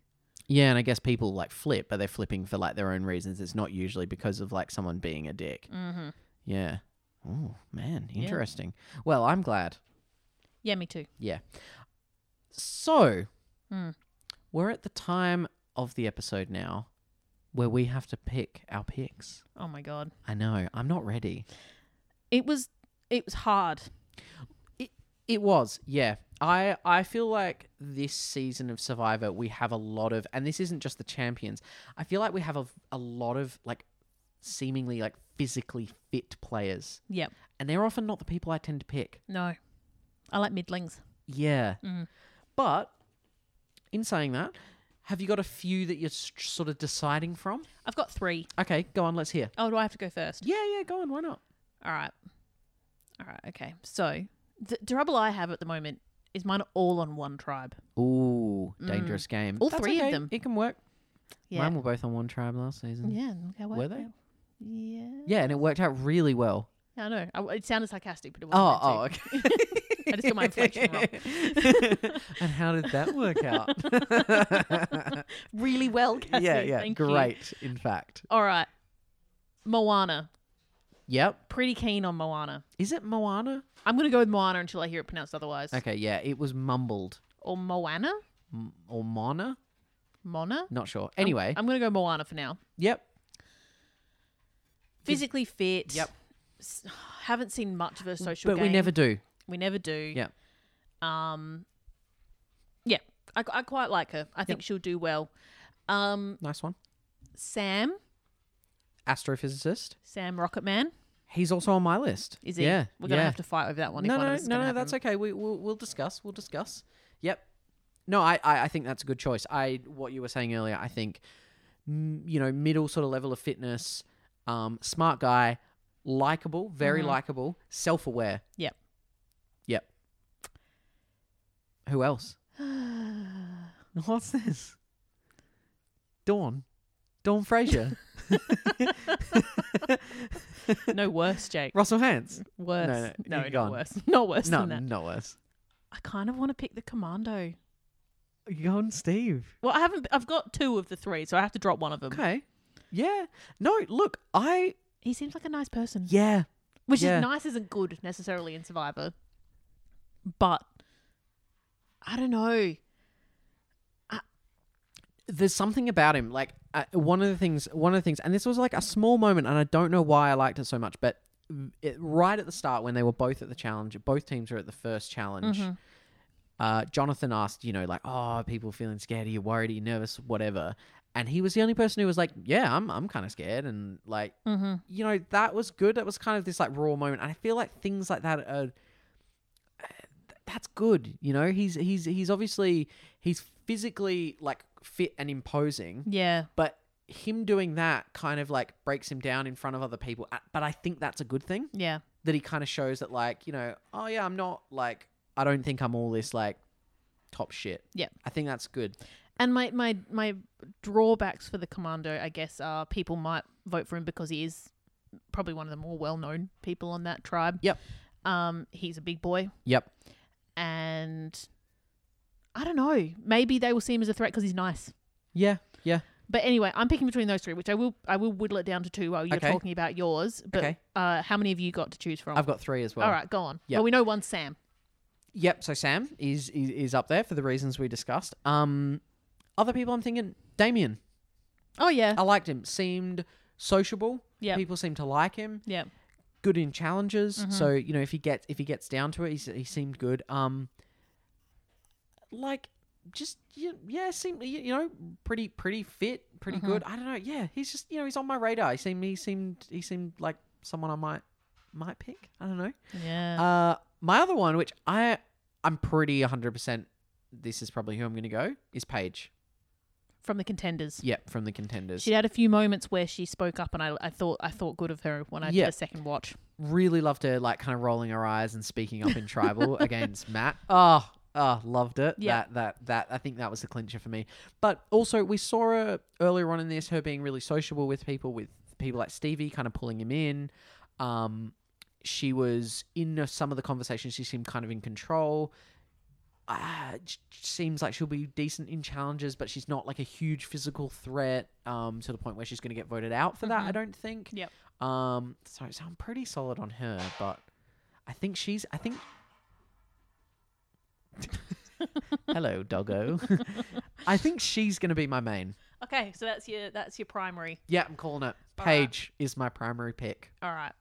Speaker 2: Yeah, and I guess people like flip, but they're flipping for like their own reasons. It's not usually because of like someone being a dick.
Speaker 1: Mhm.
Speaker 2: Yeah. Oh man,
Speaker 1: Yeah.
Speaker 2: interesting. Well, I'm glad.
Speaker 1: Yeah, me too.
Speaker 2: Yeah. So,
Speaker 1: Mm.
Speaker 2: we're at the time of the episode now where we have to pick our picks.
Speaker 1: Oh my god.
Speaker 2: I know, I'm not ready.
Speaker 1: It was it was hard.
Speaker 2: It was, yeah. I I feel like this season of Survivor we have a lot of and this isn't just the champions. I feel like we have a, a lot of like seemingly like physically fit players
Speaker 1: Yep.
Speaker 2: and they're often not the people I tend to pick.
Speaker 1: No. I like midlings.
Speaker 2: Yeah.
Speaker 1: Mm.
Speaker 2: But in saying that, have you got a few that you're s sort of deciding from?
Speaker 1: I've got three.
Speaker 2: Okay, go on, let's hear.
Speaker 1: Oh, do I have to go first?
Speaker 2: Yeah, yeah, go on, why not?
Speaker 1: All right. All right. Okay. So the trouble I have at the moment is mine are all on one tribe.
Speaker 2: Ooh,
Speaker 1: Mm.
Speaker 2: dangerous game.
Speaker 1: All three of them.
Speaker 2: It can work.
Speaker 1: Yeah.
Speaker 2: Mine were both on one tribe last season.
Speaker 1: yeah. look how it
Speaker 2: Were
Speaker 1: worked
Speaker 2: they?
Speaker 1: out. Yeah.
Speaker 2: Yeah, and it worked out really well.
Speaker 1: I know. I, it sounded sarcastic, but it wasn't.
Speaker 2: Oh, oh,
Speaker 1: meant
Speaker 2: okay.
Speaker 1: to. I just got my inflection wrong.
Speaker 2: and how did that work out?
Speaker 1: Really well, Cassie.
Speaker 2: yeah, yeah,
Speaker 1: Thank you.
Speaker 2: great. In fact,
Speaker 1: All right. Moana.
Speaker 2: yep.
Speaker 1: Pretty keen on Moana.
Speaker 2: Is it Moana?
Speaker 1: I'm going to go with Moana until I hear it pronounced otherwise.
Speaker 2: Okay, yeah, it was mumbled
Speaker 1: Or Moana?
Speaker 2: M- or Mona.
Speaker 1: Mona?
Speaker 2: Not sure. Anyway,
Speaker 1: I'm going to go Moana for now.
Speaker 2: yep,
Speaker 1: Physically fit.
Speaker 2: yep.
Speaker 1: S- haven't seen much of her social
Speaker 2: But we
Speaker 1: game.
Speaker 2: never do.
Speaker 1: We never do.
Speaker 2: Yep.
Speaker 1: Um, yeah, I, I quite like her. I think she'll do well. Um,
Speaker 2: Nice one.
Speaker 1: Sam,
Speaker 2: Astrophysicist.
Speaker 1: Sam Rocketman,
Speaker 2: He's also on my list.
Speaker 1: is he?
Speaker 2: Yeah,
Speaker 1: We're gonna
Speaker 2: yeah.
Speaker 1: have to fight over that one.
Speaker 2: No,
Speaker 1: if one of
Speaker 2: no, no,
Speaker 1: us is
Speaker 2: no.
Speaker 1: gonna have
Speaker 2: That's
Speaker 1: him.
Speaker 2: okay. We we'll, we'll discuss. We'll discuss. Yep. No, I, I I think that's a good choice. I what you were saying earlier. I think m- you know middle sort of level of fitness, um, smart guy, likable, very likable, self aware.
Speaker 1: Mm-hmm. Yep.
Speaker 2: Yep. Who else? What's this? Dawn. Dawn Fraser.
Speaker 1: no worse, Jake.
Speaker 2: Russell Hans.
Speaker 1: Worse.
Speaker 2: No, no,
Speaker 1: No,
Speaker 2: you're
Speaker 1: not
Speaker 2: gone.
Speaker 1: worse. Not worse
Speaker 2: No,
Speaker 1: than that.
Speaker 2: no worse.
Speaker 1: I kind of want to pick the commando.
Speaker 2: You on Steve.
Speaker 1: Well, I haven't. I've got two of the three, so I have to drop one of them.
Speaker 2: Okay. Yeah. No, look, I
Speaker 1: He seems like a nice person,
Speaker 2: yeah.
Speaker 1: which
Speaker 2: yeah.
Speaker 1: is nice isn't good necessarily in Survivor, but I don't know.
Speaker 2: There's something about him like uh, one of the things one of the things and this was like a small moment and I don't know why I liked it so much, but it, right at the start when they were both at the challenge, both teams were at the first challenge. Uh, Jonathan asked, you know, like, "Oh, are people feeling scared? Are you worried? Are you nervous? Whatever." And he was the only person who was like, "Yeah, I'm, I'm kind of scared," and like,
Speaker 1: Mm-hmm.
Speaker 2: you know that was good that was kind of this like raw moment and i feel like things like that are that's good you know he's he's he's obviously he's physically like fit and imposing
Speaker 1: Yeah.
Speaker 2: but him doing that kind of like breaks him down in front of other people Uh, but i think that's a good thing
Speaker 1: Yeah.
Speaker 2: that he kind of shows that like you know oh yeah i'm not like i don't think i'm all this like top shit
Speaker 1: Yep.
Speaker 2: i think that's good
Speaker 1: And my, my my drawbacks for the commando, I guess, are people might vote for him because he is probably one of the more well known people on that tribe.
Speaker 2: Yep.
Speaker 1: Um, he's a big boy,
Speaker 2: yep
Speaker 1: and I don't know. Maybe they will see him as a threat because he's nice.
Speaker 2: yeah yeah
Speaker 1: But anyway, I'm picking between those three, which I will I will whittle it down to two while you're
Speaker 2: Okay.
Speaker 1: talking about yours. But
Speaker 2: Okay.
Speaker 1: uh, how many have you got to choose from?
Speaker 2: i've got three as well
Speaker 1: All right, go on.
Speaker 2: Yep.
Speaker 1: Well, we know one's Sam.
Speaker 2: Yep. So Sam is, is is up there for the reasons we discussed. Um, other people I'm thinking Damien.
Speaker 1: Oh yeah,
Speaker 2: I liked him. Seemed sociable.
Speaker 1: Yep.
Speaker 2: People seemed to like him.
Speaker 1: yeah.
Speaker 2: Good in challenges. So you know if he gets if he gets down to it, he, s- he seemed good. Um, like just yeah, yeah seemed you, you know pretty pretty fit, pretty good. I don't know. Yeah, he's just you know he's on my radar. He seemed he seemed he seemed like someone I might might pick. I don't know.
Speaker 1: Yeah.
Speaker 2: Uh, my other one, which I I'm pretty 100. percent This is probably who I'm going to go is Paige.
Speaker 1: from the contenders.
Speaker 2: Yep, from the contenders.
Speaker 1: She had a few moments where she spoke up, and I, I thought I thought good of her when I
Speaker 2: Yeah.
Speaker 1: did a second watch.
Speaker 2: Really loved her, like kind of rolling her eyes and speaking up in tribal against Matt. Oh, oh, loved it.
Speaker 1: Yeah.
Speaker 2: That that that I think that was the clincher for me. But also we saw her earlier on in this, her being really sociable with people, with people like Stevie, kind of pulling him in. Um, she was in some of the conversations. She seemed kind of in control. uh, j- seems like she'll be decent in challenges, but she's not like a huge physical threat um, to the point where she's going to get voted out for that. I don't think.
Speaker 1: Yep.
Speaker 2: Um. So, so I'm pretty solid on her, but I think she's. I think. Hello, doggo. I think she's going to be my main.
Speaker 1: Okay, so that's your that's your primary.
Speaker 2: Yeah, I'm calling it.
Speaker 1: All right.
Speaker 2: Paige is my primary pick.
Speaker 1: All right.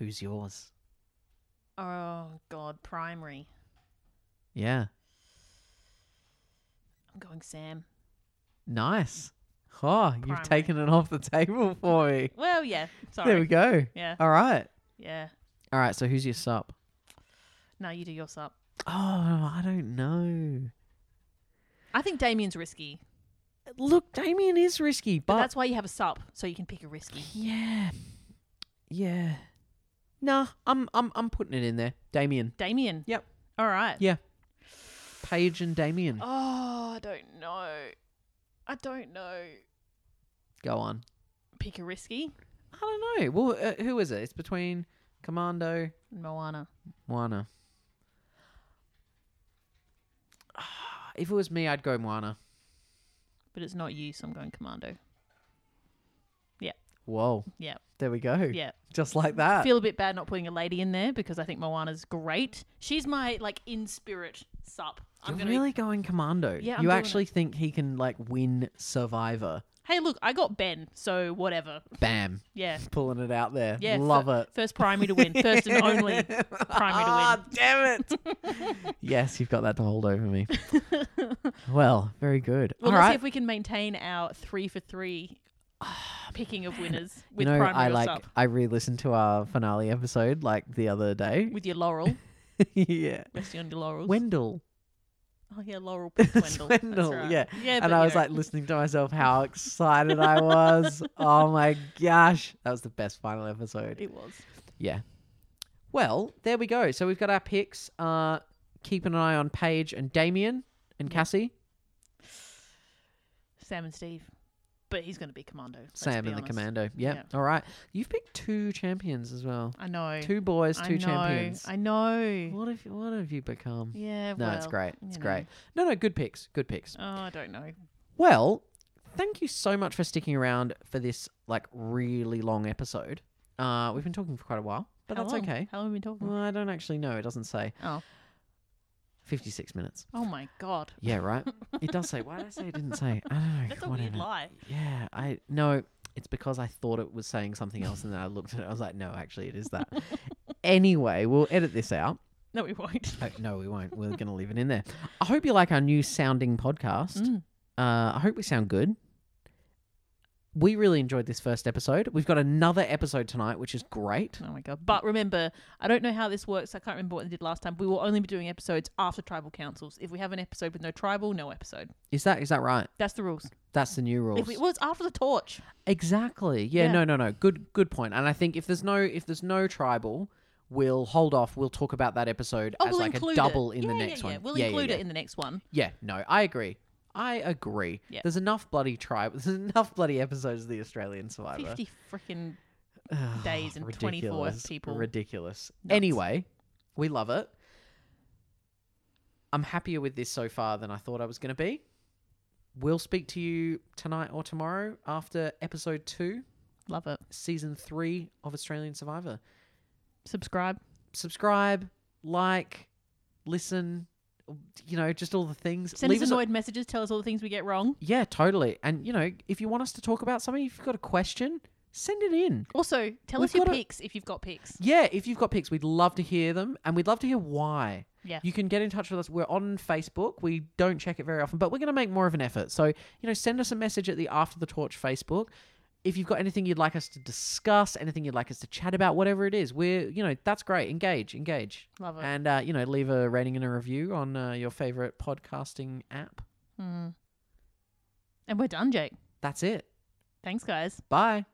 Speaker 2: Who's yours?
Speaker 1: Oh God, primary.
Speaker 2: Yeah.
Speaker 1: I'm going Sam.
Speaker 2: Nice. Oh,
Speaker 1: Primary.
Speaker 2: you've taken it off the table for me.
Speaker 1: Well, yeah. Sorry.
Speaker 2: There we go.
Speaker 1: Yeah.
Speaker 2: All right.
Speaker 1: Yeah.
Speaker 2: All right, so who's your sup?
Speaker 1: No, you do your sup.
Speaker 2: Oh, I don't know.
Speaker 1: I think Damien's risky.
Speaker 2: Look, Damien is risky,
Speaker 1: But
Speaker 2: but,
Speaker 1: that's why you have a sup, so you can pick a risky.
Speaker 2: yeah, yeah. Nah, I'm I'm I'm putting it in there. Damien,
Speaker 1: Damien.
Speaker 2: Yep.
Speaker 1: All right.
Speaker 2: Yeah. Paige, and Damien.
Speaker 1: Oh, I don't know. I don't know.
Speaker 2: Go on.
Speaker 1: Pick a risky.
Speaker 2: I I don't know. Well, uh, who is it? It's between Commando,
Speaker 1: Moana.
Speaker 2: Moana. If it was me, I'd go Moana.
Speaker 1: But it's not you, so I'm going Commando.
Speaker 2: Whoa.
Speaker 1: Yeah.
Speaker 2: There we go.
Speaker 1: Yeah.
Speaker 2: Just like that.
Speaker 1: Feel a bit bad not putting a lady in there because I think Moana's great. She's my like in spirit sup. I'm
Speaker 2: You're
Speaker 1: gonna
Speaker 2: really going Commando.
Speaker 1: Yeah, I'm
Speaker 2: you
Speaker 1: doing
Speaker 2: actually think he can like win Survivor?
Speaker 1: Hey look, I got Ben, so whatever.
Speaker 2: Bam,
Speaker 1: Yeah.
Speaker 2: pulling it out there.
Speaker 1: Yeah.
Speaker 2: Love
Speaker 1: fir-
Speaker 2: it.
Speaker 1: First primary to win. First and only primary to win.
Speaker 2: Ah, damn it! yes, you've got that to hold over me. well, very good.
Speaker 1: Well,
Speaker 2: All
Speaker 1: let's see
Speaker 2: right.
Speaker 1: if we can maintain our three for three ah, picking of winners
Speaker 2: you
Speaker 1: with
Speaker 2: know,
Speaker 1: primary
Speaker 2: I
Speaker 1: or
Speaker 2: like
Speaker 1: sup.
Speaker 2: I re-listened to our finale episode like the other day.
Speaker 1: With your Laurel.
Speaker 2: yeah,
Speaker 1: Resting on your laurels.
Speaker 2: Wendell.
Speaker 1: oh, yeah, Laurel picked Wendell. That's
Speaker 2: Wendell,
Speaker 1: right.
Speaker 2: yeah.
Speaker 1: yeah but,
Speaker 2: and
Speaker 1: you
Speaker 2: I was
Speaker 1: know,
Speaker 2: like listening to myself how excited I was. oh my gosh, that was the best final episode.
Speaker 1: it was.
Speaker 2: Yeah. Well, there we go. So we've got our picks. Uh, keep an eye on Paige and Damien and Cassie.
Speaker 1: Sam and Steve. But he's going to be Commando. let's
Speaker 2: Sam
Speaker 1: be
Speaker 2: and the
Speaker 1: honest.
Speaker 2: Commando. Yeah.
Speaker 1: Yeah.
Speaker 2: All right. You've picked two champions as well.
Speaker 1: I know.
Speaker 2: Two boys,
Speaker 1: I
Speaker 2: two
Speaker 1: know,
Speaker 2: champions.
Speaker 1: I know.
Speaker 2: What have you, what have you become?
Speaker 1: Yeah.
Speaker 2: No,
Speaker 1: well,
Speaker 2: it's great. It's
Speaker 1: you know.
Speaker 2: great. No, no, good picks. Good picks.
Speaker 1: Oh, I don't know.
Speaker 2: Well, thank you so much for sticking around for this like really long episode. Uh, we've been talking for quite a while, but
Speaker 1: How
Speaker 2: that's
Speaker 1: long?
Speaker 2: okay.
Speaker 1: How long have we been talking?
Speaker 2: Well, I don't actually know. It doesn't say.
Speaker 1: Oh.
Speaker 2: 56 minutes.
Speaker 1: Oh my god.
Speaker 2: Yeah, right. It does say. Why did I say it didn't say? I don't know.
Speaker 1: That's a
Speaker 2: whatever.
Speaker 1: weird lie.
Speaker 2: Yeah, I no. It's because I thought it was saying something else, and then I looked at it. I was like, no, actually, it is that. anyway, we'll edit this out.
Speaker 1: No, we won't.
Speaker 2: Oh, no, we won't. We're going to leave it in there. I hope you like our new sounding podcast.
Speaker 1: Mm.
Speaker 2: Uh, I hope we sound good. We really enjoyed this first episode. We've got another episode tonight, which is great.
Speaker 1: Oh my god! But remember, I don't know how this works. I can't remember what they did last time. We will only be doing episodes after tribal councils. If we have an episode with no tribal, no episode.
Speaker 2: Is that is that right?
Speaker 1: That's the rules.
Speaker 2: That's the new rules.
Speaker 1: If we, well, it's after the torch.
Speaker 2: Exactly. Yeah,
Speaker 1: Yeah.
Speaker 2: No. No. No. Good. Good point. And I think if there's no if there's no tribal, we'll hold off. We'll talk about that episode
Speaker 1: Oh,
Speaker 2: as
Speaker 1: we'll
Speaker 2: like
Speaker 1: include
Speaker 2: a double
Speaker 1: it.
Speaker 2: in the
Speaker 1: Yeah,
Speaker 2: next
Speaker 1: yeah, yeah.
Speaker 2: one.
Speaker 1: We'll include it in the next one.
Speaker 2: Yeah. No. I agree. I agree.
Speaker 1: Yeah.
Speaker 2: There's enough bloody tribe. There's enough bloody episodes of the Australian Survivor.
Speaker 1: Fifty freaking
Speaker 2: Ugh,
Speaker 1: days and 24
Speaker 2: ridiculous,
Speaker 1: people.
Speaker 2: Ridiculous.
Speaker 1: Nuts.
Speaker 2: Anyway, we love it. I'm happier with this so far than I thought I was going to be. We'll speak to you tonight or tomorrow after episode two,
Speaker 1: love it.
Speaker 2: season three of Australian Survivor.
Speaker 1: Subscribe.
Speaker 2: Subscribe, like, listen, you know, just all the things.
Speaker 1: Send us
Speaker 2: a-
Speaker 1: annoyed messages. Tell us all the things we get wrong.
Speaker 2: yeah, totally. And, you know, if you want us to talk about something, if you've got a question, send it in.
Speaker 1: Also, tell
Speaker 2: We've
Speaker 1: us your
Speaker 2: gotta-
Speaker 1: picks if you've got picks.
Speaker 2: Yeah, if you've got picks, we'd love to hear them and we'd love to hear why.
Speaker 1: Yeah.
Speaker 2: You can get in touch with us. We're on Facebook. We don't check it very often, but we're going to make more of an effort. So, you know, send us a message at the After the Torch Facebook. If you've got anything you'd like us to discuss, anything you'd like us to chat about, whatever it is, we're, you know, that's great. Engage, engage.
Speaker 1: Love it.
Speaker 2: And, uh, you know, leave a rating and a review on uh, your favorite podcasting app.
Speaker 1: Mm. And we're done, Jake.
Speaker 2: That's it.
Speaker 1: Thanks, guys.
Speaker 2: Bye.